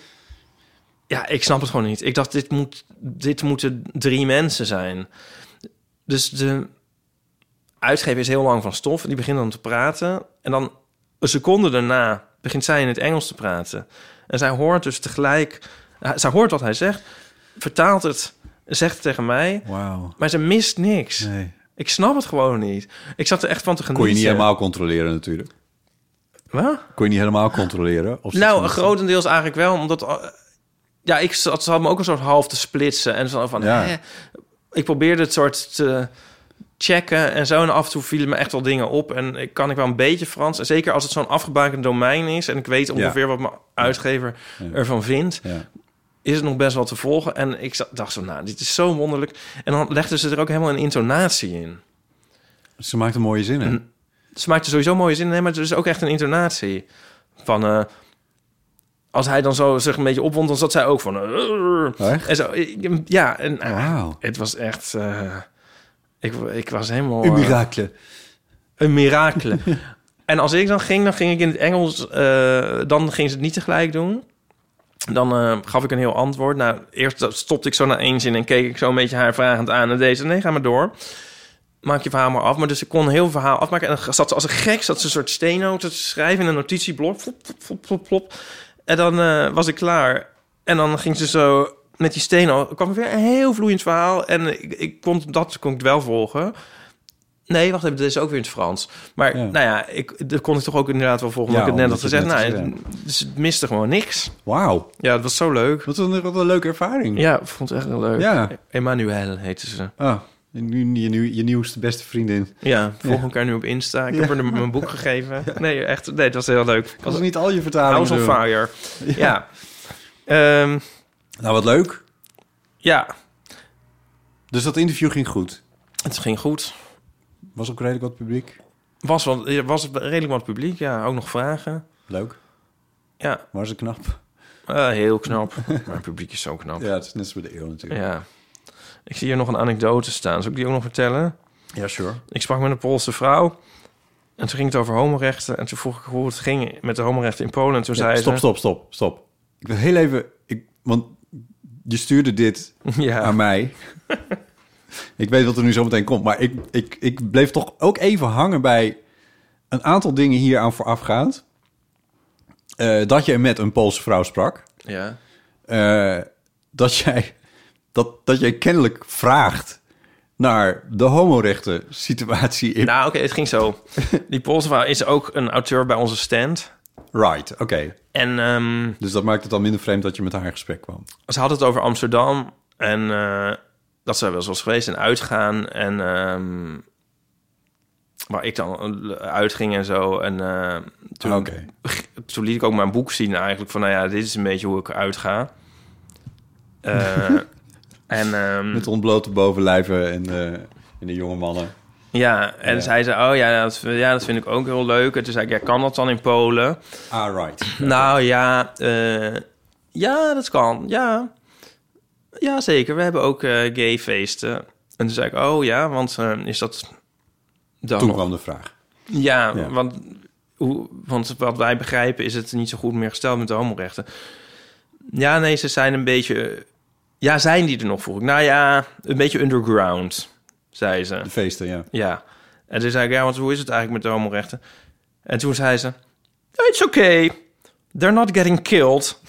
[SPEAKER 2] Ja, ik snap het gewoon niet. Ik dacht, dit, moet, dit moeten drie mensen zijn. Dus de uitgever is heel lang van stof. Die begint dan te praten. En dan een seconde daarna begint zij in het Engels te praten. En zij hoort dus tegelijk... hij- Zij hoort wat hij zegt, vertaalt het, zegt het tegen mij.
[SPEAKER 1] Wauw.
[SPEAKER 2] Maar ze mist niks.
[SPEAKER 1] Nee.
[SPEAKER 2] Ik snap het gewoon niet. Ik zat er echt van te genieten.
[SPEAKER 1] Kon je niet helemaal controleren natuurlijk.
[SPEAKER 2] Wat?
[SPEAKER 1] Kon je niet helemaal controleren? Of ze
[SPEAKER 2] Nou,
[SPEAKER 1] het-
[SPEAKER 2] grotendeels eigenlijk wel, omdat... eh, Ja, ik zat, ze had me ook een soort half te splitsen. En zo van,
[SPEAKER 1] Ja.
[SPEAKER 2] hè. ik probeerde het soort te checken en zo. En af en toe vielen me echt wel dingen op. En ik, kan ik wel een beetje Frans. En zeker als het zo'n afgebakend domein is... en ik weet ongeveer wat mijn uitgever ervan vindt...
[SPEAKER 1] Ja.
[SPEAKER 2] is het nog best wel te volgen. En ik za- dacht zo, nou, dit is zo wonderlijk. En dan legden ze er ook helemaal een intonatie in.
[SPEAKER 1] Ze maakt een mooie zin in.
[SPEAKER 2] Mm. Ze maakte sowieso mooie zin, nee, maar er is ook echt een intonatie. Van, eh, als hij dan zo zich een beetje opwond, dan zat zij ook van... eh,
[SPEAKER 1] Echt?
[SPEAKER 2] en zo, eh, ja, en ah,
[SPEAKER 1] Wauw.
[SPEAKER 2] het was echt... eh, ik, ik was helemaal...
[SPEAKER 1] Een
[SPEAKER 2] eh,
[SPEAKER 1] mirakel.
[SPEAKER 2] een
[SPEAKER 1] <laughs>
[SPEAKER 2] mirakel. en als ik dan ging, dan ging ik in het Engels... eh, dan ging ze het niet tegelijk doen. Dan eh, gaf ik een heel antwoord. Nou, eerst stopte ik zo naar één zin en keek ik zo een beetje haar vragend aan. En deze, nee, ga maar door. Maak je verhaal maar af. Maar dus ik kon heel verhaal afmaken. En dan zat ze als een gek, zat ze een soort steennoten te schrijven in een notitieblok. Flop, flop, flop, flop, flop. En dan eh, was ik klaar. En dan ging ze zo met die steenhout. Er kwam weer een heel vloeiend verhaal. En ik, ik kon dat kon ik wel volgen. Nee, wacht even, dit is ook weer in het Frans. Maar
[SPEAKER 1] Ja.
[SPEAKER 2] nou ja, ik, dat kon ik toch ook inderdaad wel volgen.
[SPEAKER 1] Ja,
[SPEAKER 2] omdat ik het net had
[SPEAKER 1] omdat je
[SPEAKER 2] gezegd.
[SPEAKER 1] het
[SPEAKER 2] Nou,
[SPEAKER 1] net
[SPEAKER 2] het, dus het miste gewoon niks.
[SPEAKER 1] Wauw.
[SPEAKER 2] Ja, het was zo leuk.
[SPEAKER 1] Wat een, wat een leuke ervaring.
[SPEAKER 2] Ja, ik vond het echt heel leuk.
[SPEAKER 1] Ja.
[SPEAKER 2] Emmanuel heette ze.
[SPEAKER 1] Ah, je, nu- je, nu- je nieuwste beste vriendin.
[SPEAKER 2] Ja, volg elkaar nu op Insta. Ik heb haar mijn boek gegeven. Nee, echt. Nee, het was heel leuk.
[SPEAKER 1] Kan ze niet al je vertalingen
[SPEAKER 2] House on
[SPEAKER 1] doen?
[SPEAKER 2] Fire. Ja. Ja. Ehm,
[SPEAKER 1] Nou, wat leuk.
[SPEAKER 2] ja,
[SPEAKER 1] Dus dat interview ging goed.
[SPEAKER 2] het ging goed.
[SPEAKER 1] Was ook redelijk wat publiek.
[SPEAKER 2] Was, wel, er was redelijk wat publiek, ja. Ook nog vragen.
[SPEAKER 1] Leuk.
[SPEAKER 2] Ja,
[SPEAKER 1] Maar ze knap.
[SPEAKER 2] eh, heel knap. Maar het publiek is zo knap. Ja.
[SPEAKER 1] Ja, het is net als bij de eeuw natuurlijk.
[SPEAKER 2] Ik zie hier nog een anekdote staan. Zal ik die ook nog vertellen?
[SPEAKER 1] Ja, sure.
[SPEAKER 2] Ik sprak met een Poolse vrouw. En toen ging het over homorechten. En toen vroeg ik hoe het ging met de homorechten in Polen. En toen zei
[SPEAKER 1] stop,
[SPEAKER 2] ze...
[SPEAKER 1] stop, stop, stop. Ik wil heel even... Ik, want je stuurde dit
[SPEAKER 2] Ja.
[SPEAKER 1] aan <laughs> mij. ik weet wat er nu zometeen komt. Maar ik, ik, ik bleef toch ook even hangen bij een aantal dingen hier aan voorafgaand. Eh, dat je met een Poolse vrouw sprak.
[SPEAKER 2] Ja.
[SPEAKER 1] Eh, dat, jij, dat, dat jij kennelijk vraagt naar de homorechten situatie in...
[SPEAKER 2] Nou, oké, het ging zo. Die Poolse vrouw is ook een auteur bij onze stand.
[SPEAKER 1] Right, oké.
[SPEAKER 2] En ehm,
[SPEAKER 1] Dus dat maakt het dan minder vreemd dat je met haar in gesprek kwam.
[SPEAKER 2] ze had het over Amsterdam. En eh, dat ze wel eens was geweest en uitgaan. En ehm, waar ik dan eh, uitging en zo. En eh, toen,
[SPEAKER 1] Oké.
[SPEAKER 2] toen liet ik ook mijn boek zien eigenlijk. Van nou ja, dit is een beetje hoe ik uitga. Eh, en ehm,
[SPEAKER 1] Met ontblote bovenlijven en, eh, en de jonge mannen.
[SPEAKER 2] ja, en zei ze, oh ja dat, ja, dat vind ik ook heel leuk. En toen zei ik, ja, kan dat dan in Polen?
[SPEAKER 1] Ah, right.
[SPEAKER 2] Nou ja, eh, ja, dat kan. Ja. ja, zeker. We hebben ook eh gay feesten. En toen zei ik, oh ja, want eh, is dat dan
[SPEAKER 1] Toen
[SPEAKER 2] nog-
[SPEAKER 1] kwam de vraag.
[SPEAKER 2] Ja,
[SPEAKER 1] Ja.
[SPEAKER 2] Want, hoe, want wat wij begrijpen is het niet zo goed meer gesteld met de homorechten. Ja, nee, ze zijn een beetje... Ja, zijn die er nog, vroeg ik. Nou ja, een beetje underground, zei ze.
[SPEAKER 1] De feesten, ja.
[SPEAKER 2] Ja. En toen zei ik, ja, want hoe is het eigenlijk met de homorechten? En toen zei ze, it's okay. They're not getting killed.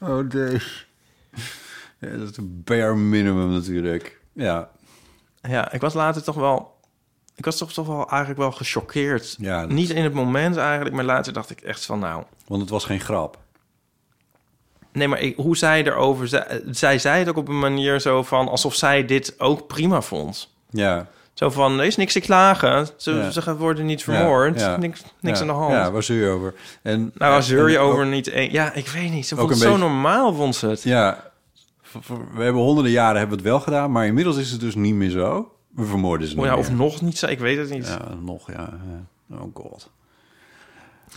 [SPEAKER 1] Oh, nee. Ja, dat is een bare minimum natuurlijk. Ja,
[SPEAKER 2] Ja, ik was later toch wel... Ik was toch, toch wel eigenlijk wel gechoqueerd.
[SPEAKER 1] Ja, dat-
[SPEAKER 2] Niet in het moment eigenlijk, maar later dacht ik echt van, nou...
[SPEAKER 1] want het was geen grap.
[SPEAKER 2] Nee, maar ik, hoe zij erover... Zij, zij zei het ook op een manier zo van... alsof zij dit ook prima vond.
[SPEAKER 1] Ja.
[SPEAKER 2] Zo van, er is niks te klagen. Ze,
[SPEAKER 1] Ja.
[SPEAKER 2] ze worden niet vermoord.
[SPEAKER 1] Ja, ja.
[SPEAKER 2] Niks, niks
[SPEAKER 1] Ja,
[SPEAKER 2] aan de hand.
[SPEAKER 1] Ja, waar zeur je over? En,
[SPEAKER 2] nou, waar zeur je
[SPEAKER 1] en-
[SPEAKER 2] over niet... één- Ja, ik weet niet. Ze
[SPEAKER 1] Ook
[SPEAKER 2] vond het
[SPEAKER 1] een
[SPEAKER 2] zo
[SPEAKER 1] beetje-
[SPEAKER 2] normaal, vond ze het.
[SPEAKER 1] Ja, v- v- we hebben honderden jaren hebben we het wel gedaan, maar inmiddels is het dus niet meer zo. We vermoorden ze
[SPEAKER 2] Oh
[SPEAKER 1] niet
[SPEAKER 2] ja,
[SPEAKER 1] meer.
[SPEAKER 2] of nog niet, zo, ik weet het niet. Ja,
[SPEAKER 1] Ja, nog, ja. ja. Oh god.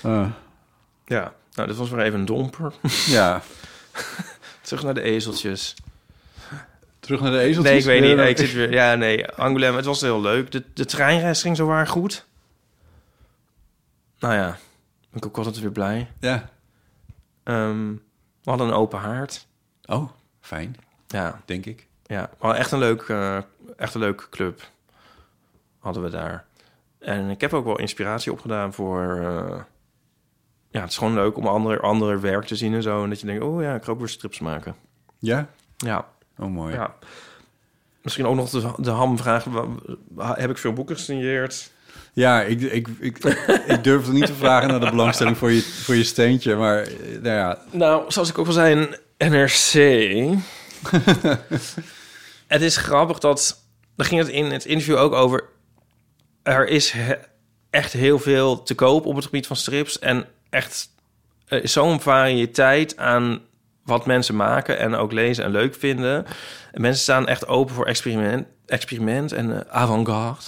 [SPEAKER 1] Eh,
[SPEAKER 2] nou, dit was weer even een domper. <laughs>
[SPEAKER 1] ja,
[SPEAKER 2] Terug naar de ezeltjes.
[SPEAKER 1] terug naar de ezeltjes.
[SPEAKER 2] <laughs> Nee, ik weet niet.
[SPEAKER 1] Eh,
[SPEAKER 2] Nee, ik zit weer, ja, nee, Angoulême, het was heel leuk. De, de treinreis ging zowaar goed. Nou ja, ben ik ook altijd weer blij.
[SPEAKER 1] Ja.
[SPEAKER 2] Ehm, we hadden een open haard.
[SPEAKER 1] Oh, fijn,
[SPEAKER 2] Ja,
[SPEAKER 1] denk ik.
[SPEAKER 2] ja. We hadden echt een leuk, eh, echt een leuke club. Hadden we daar. En ik heb ook wel inspiratie opgedaan voor... eh, ja, het is gewoon leuk om andere, andere werk te zien en zo. En dat je denkt, oh ja, ik ga ook weer strips maken.
[SPEAKER 1] Ja?
[SPEAKER 2] Ja,
[SPEAKER 1] Oh, mooi.
[SPEAKER 2] ja. Misschien ook nog de, de hamvraag. wa- Heb ik veel boeken gesigneerd?
[SPEAKER 1] Ja, ik, ik, ik, ik durf het niet te vragen naar de belangstelling voor je, voor je steentje. Maar eh, nou ja,
[SPEAKER 2] Nou, zoals ik ook al zei, een NRC. het is grappig dat... Daar ging het in het interview ook over... Er is he- echt heel veel te koop op het gebied van strips. En echt er is zo'n variëteit aan wat mensen maken en ook lezen en leuk vinden. En mensen staan echt open voor experiment, experiment en eh, avant-garde.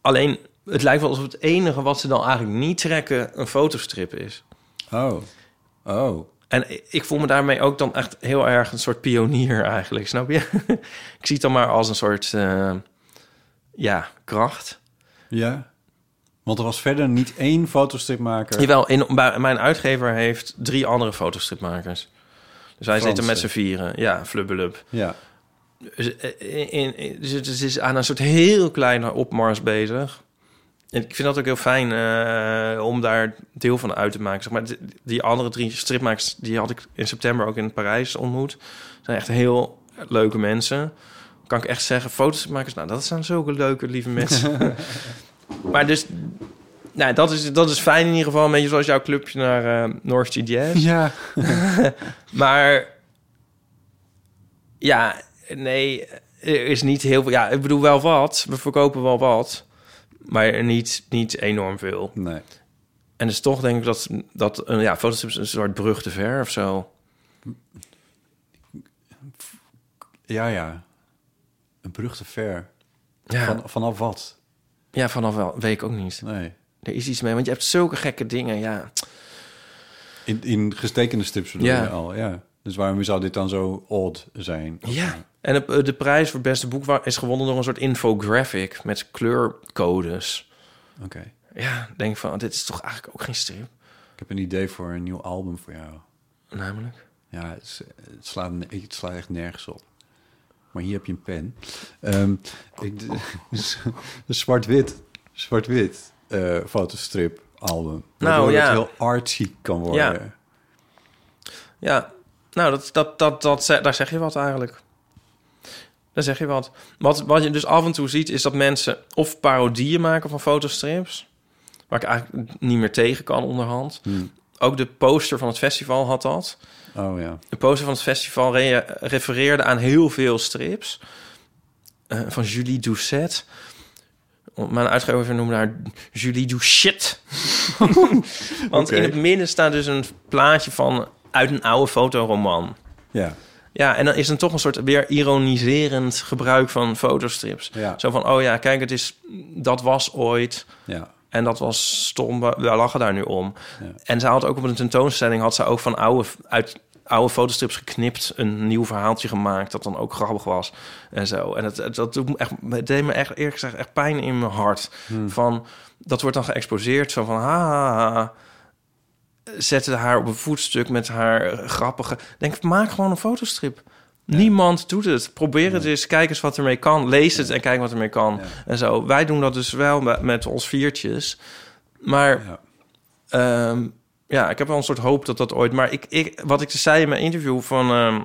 [SPEAKER 2] Alleen, het lijkt wel alsof het enige wat ze dan eigenlijk niet trekken... een fotostrip is.
[SPEAKER 1] oh, oh.
[SPEAKER 2] En ik voel me daarmee ook dan echt heel erg een soort pionier eigenlijk, snap je? <laughs> ik zie het dan maar als een soort, eh, ja, kracht.
[SPEAKER 1] Ja. Want er was verder niet één fotostripmaker.
[SPEAKER 2] Jawel, in, bij- mijn uitgever heeft drie andere fotostripmakers. Dus wij zitten met z'n
[SPEAKER 1] Fransen.
[SPEAKER 2] vieren. Ja, flubbelub.
[SPEAKER 1] Ja.
[SPEAKER 2] Dus, eh, in- in- dus het is- is aan een soort heel kleine opmars bezig. En ik vind dat ook heel fijn eh, om daar deel van uit te maken. Zeg maar, die- die andere drie stripmakers, die had ik in september ook in Parijs ontmoet. Zijn echt heel leuke mensen. Kan ik echt zeggen, fotostripmakers, nou dat zijn zulke leuke, lieve mensen. maar dus, nou dat is, dat is fijn in ieder geval. Een beetje zoals jouw clubje naar eh North Sea Jazz.
[SPEAKER 1] Ja.
[SPEAKER 2] Maar ja, nee, er is niet heel veel. Ja, ik bedoel wel wat. We verkopen wel wat, maar niet, niet enorm veel.
[SPEAKER 1] Nee.
[SPEAKER 2] En dus toch denk ik dat, dat eh, ja, Photoshop is een soort brug te ver of zo.
[SPEAKER 1] Ja, ja. Een brug te ver.
[SPEAKER 2] Ja,
[SPEAKER 1] Van, vanaf wat?
[SPEAKER 2] ja vanaf wel. Weet ik ook niet.
[SPEAKER 1] Nee.
[SPEAKER 2] Er is iets mee, want je hebt zulke gekke dingen. Ja,
[SPEAKER 1] In, in gestekende strips bedoel
[SPEAKER 2] Ja.
[SPEAKER 1] je al, ja. Dus waarom zou dit dan zo odd zijn?
[SPEAKER 2] ja. En de, de prijs voor het beste boek wa- is gewonnen door een soort infographic met kleurcodes.
[SPEAKER 1] Oké.
[SPEAKER 2] Ja, denk van, dit is toch eigenlijk ook geen strip?
[SPEAKER 1] Ik heb een idee voor een nieuw album voor jou.
[SPEAKER 2] Namelijk.
[SPEAKER 1] Ja, het, is- het slaat, ne- het slaat echt nergens op. Maar hier heb je een pen. Ehm, ik, <laughs> dus, een zwart-wit, zwart-wit eh, fotostrip album. Waardoor
[SPEAKER 2] Nou, ja.
[SPEAKER 1] het heel artsy kan worden.
[SPEAKER 2] Ja. Ja, nou, dat, dat, dat, dat, ze- daar zeg je wat eigenlijk. Daar zeg je wat. wat. Wat je dus af en toe ziet, is dat mensen of parodieën maken van fotostrips... waar ik eigenlijk niet meer tegen kan onderhand.
[SPEAKER 1] Hmm.
[SPEAKER 2] Ook de poster van het festival had dat.
[SPEAKER 1] Oh ja.
[SPEAKER 2] De poster van het festival re- refereerde aan heel veel strips. eh, van Julie Doucet. Mijn uitgever noemde haar Julie Doucet. <laughs> Want
[SPEAKER 1] Oké.
[SPEAKER 2] in het midden staat dus een plaatje van uit een oude fotoroman.
[SPEAKER 1] Ja.
[SPEAKER 2] Ja, en dan is er toch een soort weer ironiserend gebruik van fotostrips.
[SPEAKER 1] Ja.
[SPEAKER 2] Zo van, oh ja, kijk, het is, dat was ooit.
[SPEAKER 1] ja.
[SPEAKER 2] En dat was stom, we we lachen daar nu om.
[SPEAKER 1] Ja.
[SPEAKER 2] En ze had ook op een tentoonstelling... had ze ook van oude, uit oude fotostrips geknipt... een nieuw verhaaltje gemaakt dat dan ook grappig was. En zo. En het, het- dat doet me echt, het deed me echt, eerlijk gezegd echt pijn in mijn hart.
[SPEAKER 1] Hmm.
[SPEAKER 2] Van, dat wordt dan geëxposeerd. Zo van, ha, ha, ha. Zette haar op een voetstuk met haar eh, grappige... Denk, maak gewoon een fotostrip. Niemand doet het. Probeer het eens. Kijk eens wat ermee kan. Lees het en kijk wat ermee kan.
[SPEAKER 1] Ja.
[SPEAKER 2] En zo. Wij doen dat dus wel met- met ons viertjes. Maar
[SPEAKER 1] Ja.
[SPEAKER 2] ja. Ehm, ja, ik heb wel een soort hoop dat dat ooit... Maar ik, ik, wat ik dus zei in mijn interview van... ehm,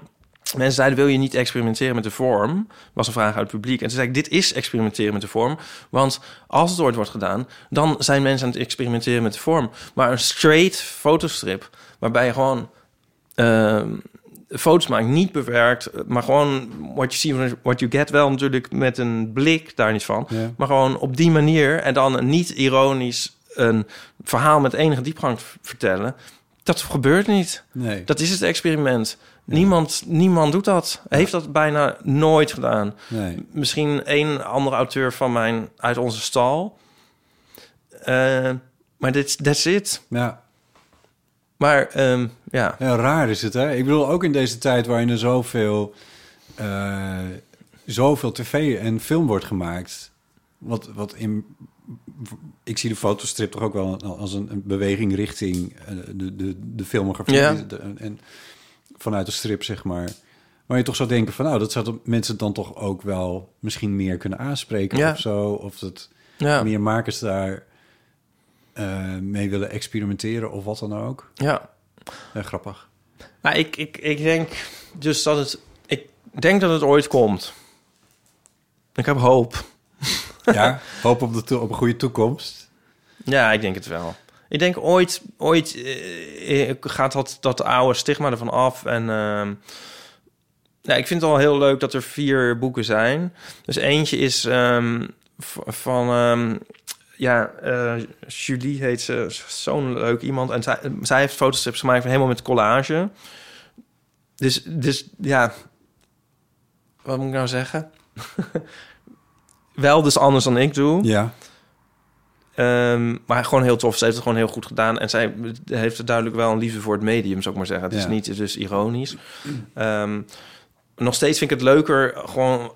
[SPEAKER 2] mensen zeiden, wil je niet experimenteren met de vorm? Was een vraag uit het publiek. En toen zei ik, dit is experimenteren met de vorm. Want als het ooit wordt gedaan... dan zijn mensen aan het experimenteren met de vorm. Maar een straight fotostrip... waarbij je gewoon... ehm, foto's maakt, niet bewerkt... maar gewoon what you see, what you get... wel natuurlijk met een blik daar niet van...
[SPEAKER 1] Ja.
[SPEAKER 2] Maar gewoon op die manier en dan niet ironisch een verhaal met enige diepgang v- vertellen. Dat gebeurt niet.
[SPEAKER 1] Nee.
[SPEAKER 2] Dat is het experiment. Niemand, niemand doet dat. Heeft dat bijna nooit gedaan.
[SPEAKER 1] nee.
[SPEAKER 2] Misschien één andere auteur van mijn uit onze stal. Eh, maar dit, that's it.
[SPEAKER 1] Ja.
[SPEAKER 2] Maar ehm, ja.
[SPEAKER 1] Ja, raar is het, hè? Ik bedoel, ook in deze tijd waarin er zoveel, eh, zoveel tv en film wordt gemaakt. Wat, wat in, ik zie de fotostrip toch ook wel als een, een beweging richting eh, de, de, de filmografie.
[SPEAKER 2] Ja.
[SPEAKER 1] De- en vanuit de strip, zeg maar. Waar je toch zou denken van, nou, dat zouden mensen dan toch ook wel misschien meer kunnen aanspreken
[SPEAKER 2] Ja.
[SPEAKER 1] of zo. Of dat
[SPEAKER 2] ja.
[SPEAKER 1] meer makers daar eh, mee willen experimenteren of wat dan ook.
[SPEAKER 2] ja.
[SPEAKER 1] Eh, grappig.
[SPEAKER 2] Nou, Maar ik, ik, ik denk dus dat het... Ik denk dat het ooit komt. Ik heb hoop.
[SPEAKER 1] Ja, hoop op, de to- op een goede toekomst.
[SPEAKER 2] Ja, ik denk het wel. Ik denk ooit, ooit eh, eh, gaat dat, dat oude stigma ervan af. En ehm, ja, ik vind het al heel leuk dat er vier boeken zijn. Dus eentje is ehm, v- van... ehm, ja, eh, Julie heet ze. Zo'n leuk iemand. En zij, zij heeft fotostrips gemaakt van helemaal met collage. Dus, dus ja... Wat moet ik nou zeggen? <laughs> Wel dus anders dan ik doe.
[SPEAKER 1] Ja.
[SPEAKER 2] Ehm, maar gewoon heel tof. Ze heeft het gewoon heel goed gedaan. En zij heeft er duidelijk wel een liefde voor het medium, zou ik maar zeggen. Het is
[SPEAKER 1] Ja.
[SPEAKER 2] niet dus ironisch. Ehm, nog steeds vind ik het leuker. Gewoon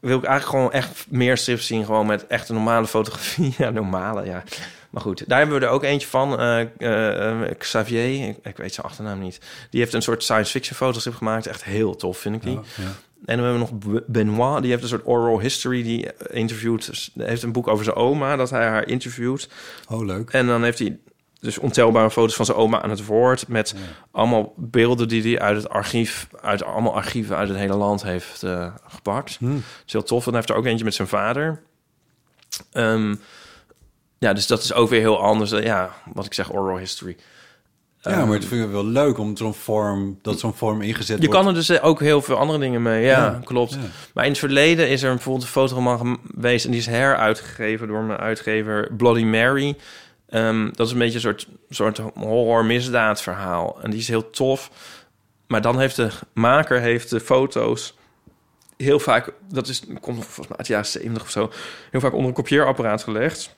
[SPEAKER 2] wil ik eigenlijk gewoon echt meer strips zien. Gewoon met echt een normale fotografie. <laughs> Ja, normale, ja. Maar goed, daar hebben we er ook eentje van. Eh, eh, eh, Xavier, ik, ik weet zijn achternaam niet. Die heeft een soort science fiction fotostrip gemaakt. Echt heel tof, vind ik die. En dan hebben we nog B- Benoit, die heeft een soort oral history, die interviewt, dus hij heeft een boek over zijn oma, dat hij haar interviewt.
[SPEAKER 1] Oh, leuk.
[SPEAKER 2] En dan heeft hij dus ontelbare foto's van zijn oma aan het woord, met allemaal beelden die hij uit het archief, uit allemaal archieven uit het hele land heeft eh, gepakt. Dat is heel tof. En hij heeft er ook eentje met zijn vader. Ehm, ja, dus dat is ook weer heel anders. dan- Ja, wat ik zeg, oral history.
[SPEAKER 1] Ja, maar het vind ik wel leuk om zo'n vorm, dat zo'n vorm ingezet
[SPEAKER 2] Je
[SPEAKER 1] wordt.
[SPEAKER 2] kan er dus ook heel veel andere dingen mee. Ja,
[SPEAKER 1] Ja,
[SPEAKER 2] klopt.
[SPEAKER 1] ja.
[SPEAKER 2] Maar in het verleden is er bijvoorbeeld een fotoman geweest... en die is heruitgegeven door mijn uitgever Bloody Mary. Ehm, dat is een beetje een soort, soort horror misdaadverhaal. En die is heel tof. Maar dan heeft de maker heeft de foto's heel vaak... dat is, komt volgens mij uit de jaren 70 of zo... heel vaak onder een kopieerapparaat gelegd...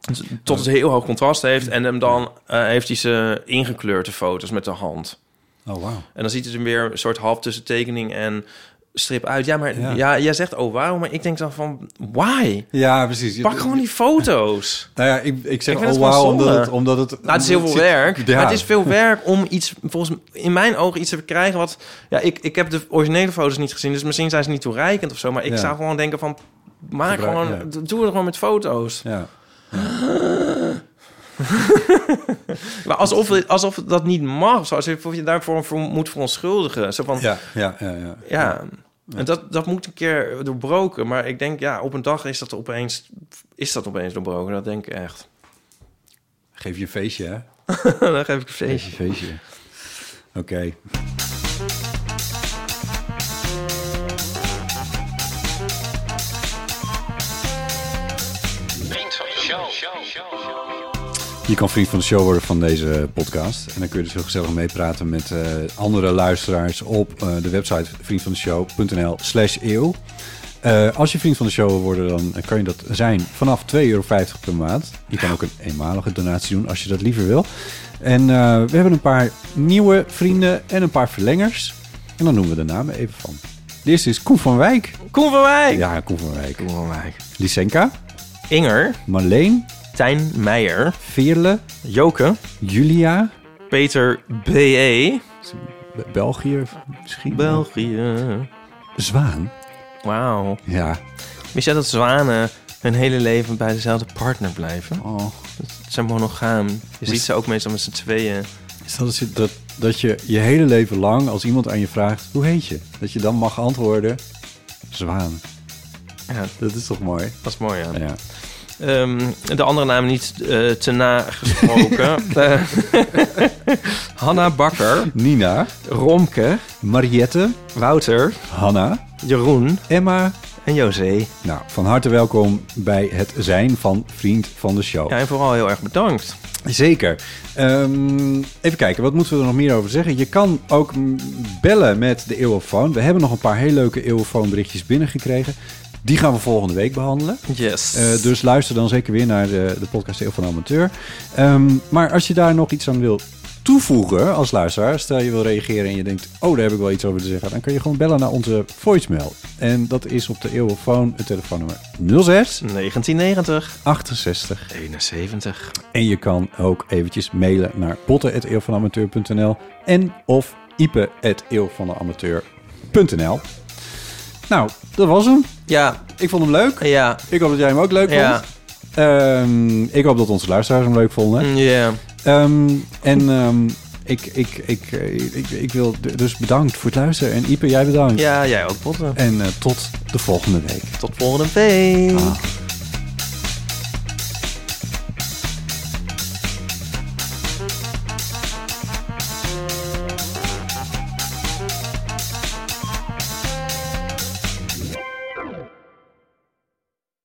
[SPEAKER 2] Dus Tot het heel hoog contrast heeft. En hem dan eh, heeft hij ze ingekleurd, de foto's, met de hand.
[SPEAKER 1] Oh, wauw.
[SPEAKER 2] En dan ziet het er weer een soort half tussen tekening en strip uit. Ja, maar
[SPEAKER 1] Ja.
[SPEAKER 2] ja. jij zegt oh wauw, maar ik denk dan van why?
[SPEAKER 1] Ja, precies.
[SPEAKER 2] Pak gewoon die
[SPEAKER 1] <laughs>
[SPEAKER 2] foto's.
[SPEAKER 1] Nou ja, ik, ik zeg
[SPEAKER 2] Ik vind
[SPEAKER 1] oh
[SPEAKER 2] het gewoon
[SPEAKER 1] wauw,
[SPEAKER 2] zonde.
[SPEAKER 1] omdat het... Omdat het,
[SPEAKER 2] Nou, het is heel veel
[SPEAKER 1] zit-
[SPEAKER 2] werk.
[SPEAKER 1] Ja.
[SPEAKER 2] Maar het is veel werk om iets, volgens in mijn ogen, iets te krijgen wat... Ja, ik, ik heb de originele foto's niet gezien, dus misschien zijn ze niet toereikend of zo. Maar ik
[SPEAKER 1] Ja.
[SPEAKER 2] zou gewoon denken van, maak
[SPEAKER 1] Gebruik-
[SPEAKER 2] gewoon,
[SPEAKER 1] ja.
[SPEAKER 2] d- doe het gewoon met foto's.
[SPEAKER 1] Ja.
[SPEAKER 2] Maar alsof, alsof dat niet mag, of zo. alsof je daarvoor voor moet verontschuldigen. Zo van,
[SPEAKER 1] Ja, ja, ja, ja.
[SPEAKER 2] Ja. En dat, dat moet een keer doorbroken. Maar ik denk, ja, op een dag is dat opeens, is dat opeens doorbroken. Dat denk ik echt. <laughs>
[SPEAKER 1] Geef je een feestje, hè?
[SPEAKER 2] Dan geef ik een feestje.
[SPEAKER 1] feestje. Oké. Je kan vriend van de show worden van deze podcast. En dan kun je dus heel gezellig meepraten met eh, andere luisteraars op eh, de website vriendvandeshow.nl slash eeuw. Eh, als je vriend van de show wil worden, dan kan je dat zijn vanaf 2,50 euro per maand. Je kan ook een eenmalige donatie doen als je dat liever wil. En eh, we hebben een paar nieuwe vrienden en een paar verlengers. En dan noemen we de namen even van. De eerste is Koen van Wijk.
[SPEAKER 2] Koen van Wijk.
[SPEAKER 1] Ja, Koen van Wijk.
[SPEAKER 2] Koen van Wijk.
[SPEAKER 1] Lysenka,
[SPEAKER 2] Inger.
[SPEAKER 1] Marleen,
[SPEAKER 2] Tijn Meijer.
[SPEAKER 1] Veerle,
[SPEAKER 2] Joke.
[SPEAKER 1] Julia,
[SPEAKER 2] Peter E, B.E.
[SPEAKER 1] Be- België misschien.
[SPEAKER 2] België.
[SPEAKER 1] Zwaan.
[SPEAKER 2] Wauw.
[SPEAKER 1] Ja.
[SPEAKER 2] Wist jij dat zwanen hun hele leven bij dezelfde partner blijven?
[SPEAKER 1] Oh.
[SPEAKER 2] Ze zijn monogaam. Je ziet ze ook meestal met z'n tweeën.
[SPEAKER 1] Is dat, het- dat, dat je je hele leven lang, als iemand aan je vraagt, hoe heet je? Dat je dan mag antwoorden, Zwaan.
[SPEAKER 2] Ja,
[SPEAKER 1] Dat is toch mooi?
[SPEAKER 2] dat is mooi, ja.
[SPEAKER 1] Ja.
[SPEAKER 2] Ehm, de andere naam niet eh, te na gesproken. <laughs> Eh, Hanna Bakker,
[SPEAKER 1] Nina,
[SPEAKER 2] Romke,
[SPEAKER 1] Mariette,
[SPEAKER 2] Wouter,
[SPEAKER 1] Hanna,
[SPEAKER 2] Jeroen
[SPEAKER 1] Emma.
[SPEAKER 2] en José.
[SPEAKER 1] Nou, van harte welkom bij het zijn van Vriend van de Show.
[SPEAKER 2] Ja, en vooral heel erg bedankt.
[SPEAKER 1] Zeker. Ehm, even kijken, wat moeten we er nog meer over zeggen? Je kan ook mm, bellen met de Eeuwofoon. We hebben nog een paar hele leuke Eeuwofoon berichtjes binnengekregen. Die gaan we volgende week behandelen.
[SPEAKER 2] Yes.
[SPEAKER 1] Eh, dus luister dan zeker weer naar de, de podcast Eeuw van de Amateur. Ehm, maar als je daar nog iets aan wil toevoegen als luisteraar, stel je wil reageren en je denkt, oh daar heb ik wel iets over te zeggen, dan kun je gewoon bellen naar onze voicemail. En dat is op de Eeuwofoon, het telefoonnummer 06
[SPEAKER 2] 1990,
[SPEAKER 1] 68
[SPEAKER 2] 71.
[SPEAKER 1] en je kan ook eventjes mailen naar potten.eeuwvanamateur.nl en of ipe.eeuwvanamateur.nl. Nou, dat was hem.
[SPEAKER 2] Ja,
[SPEAKER 1] Ik vond hem leuk.
[SPEAKER 2] ja,
[SPEAKER 1] Ik hoop dat jij hem ook leuk vond.
[SPEAKER 2] ja.
[SPEAKER 1] Ehm, ik hoop dat onze luisteraars hem leuk vonden.
[SPEAKER 2] mm, Ja.
[SPEAKER 1] Ehm, en ehm, Ik, ik, ik, eh, ik, ik wil d- dus bedankt voor het luisteren. En Ipe, jij bedankt.
[SPEAKER 2] Ja, jij ook, Potter.
[SPEAKER 1] En eh, tot de volgende week.
[SPEAKER 2] Tot volgende week.
[SPEAKER 1] Ah.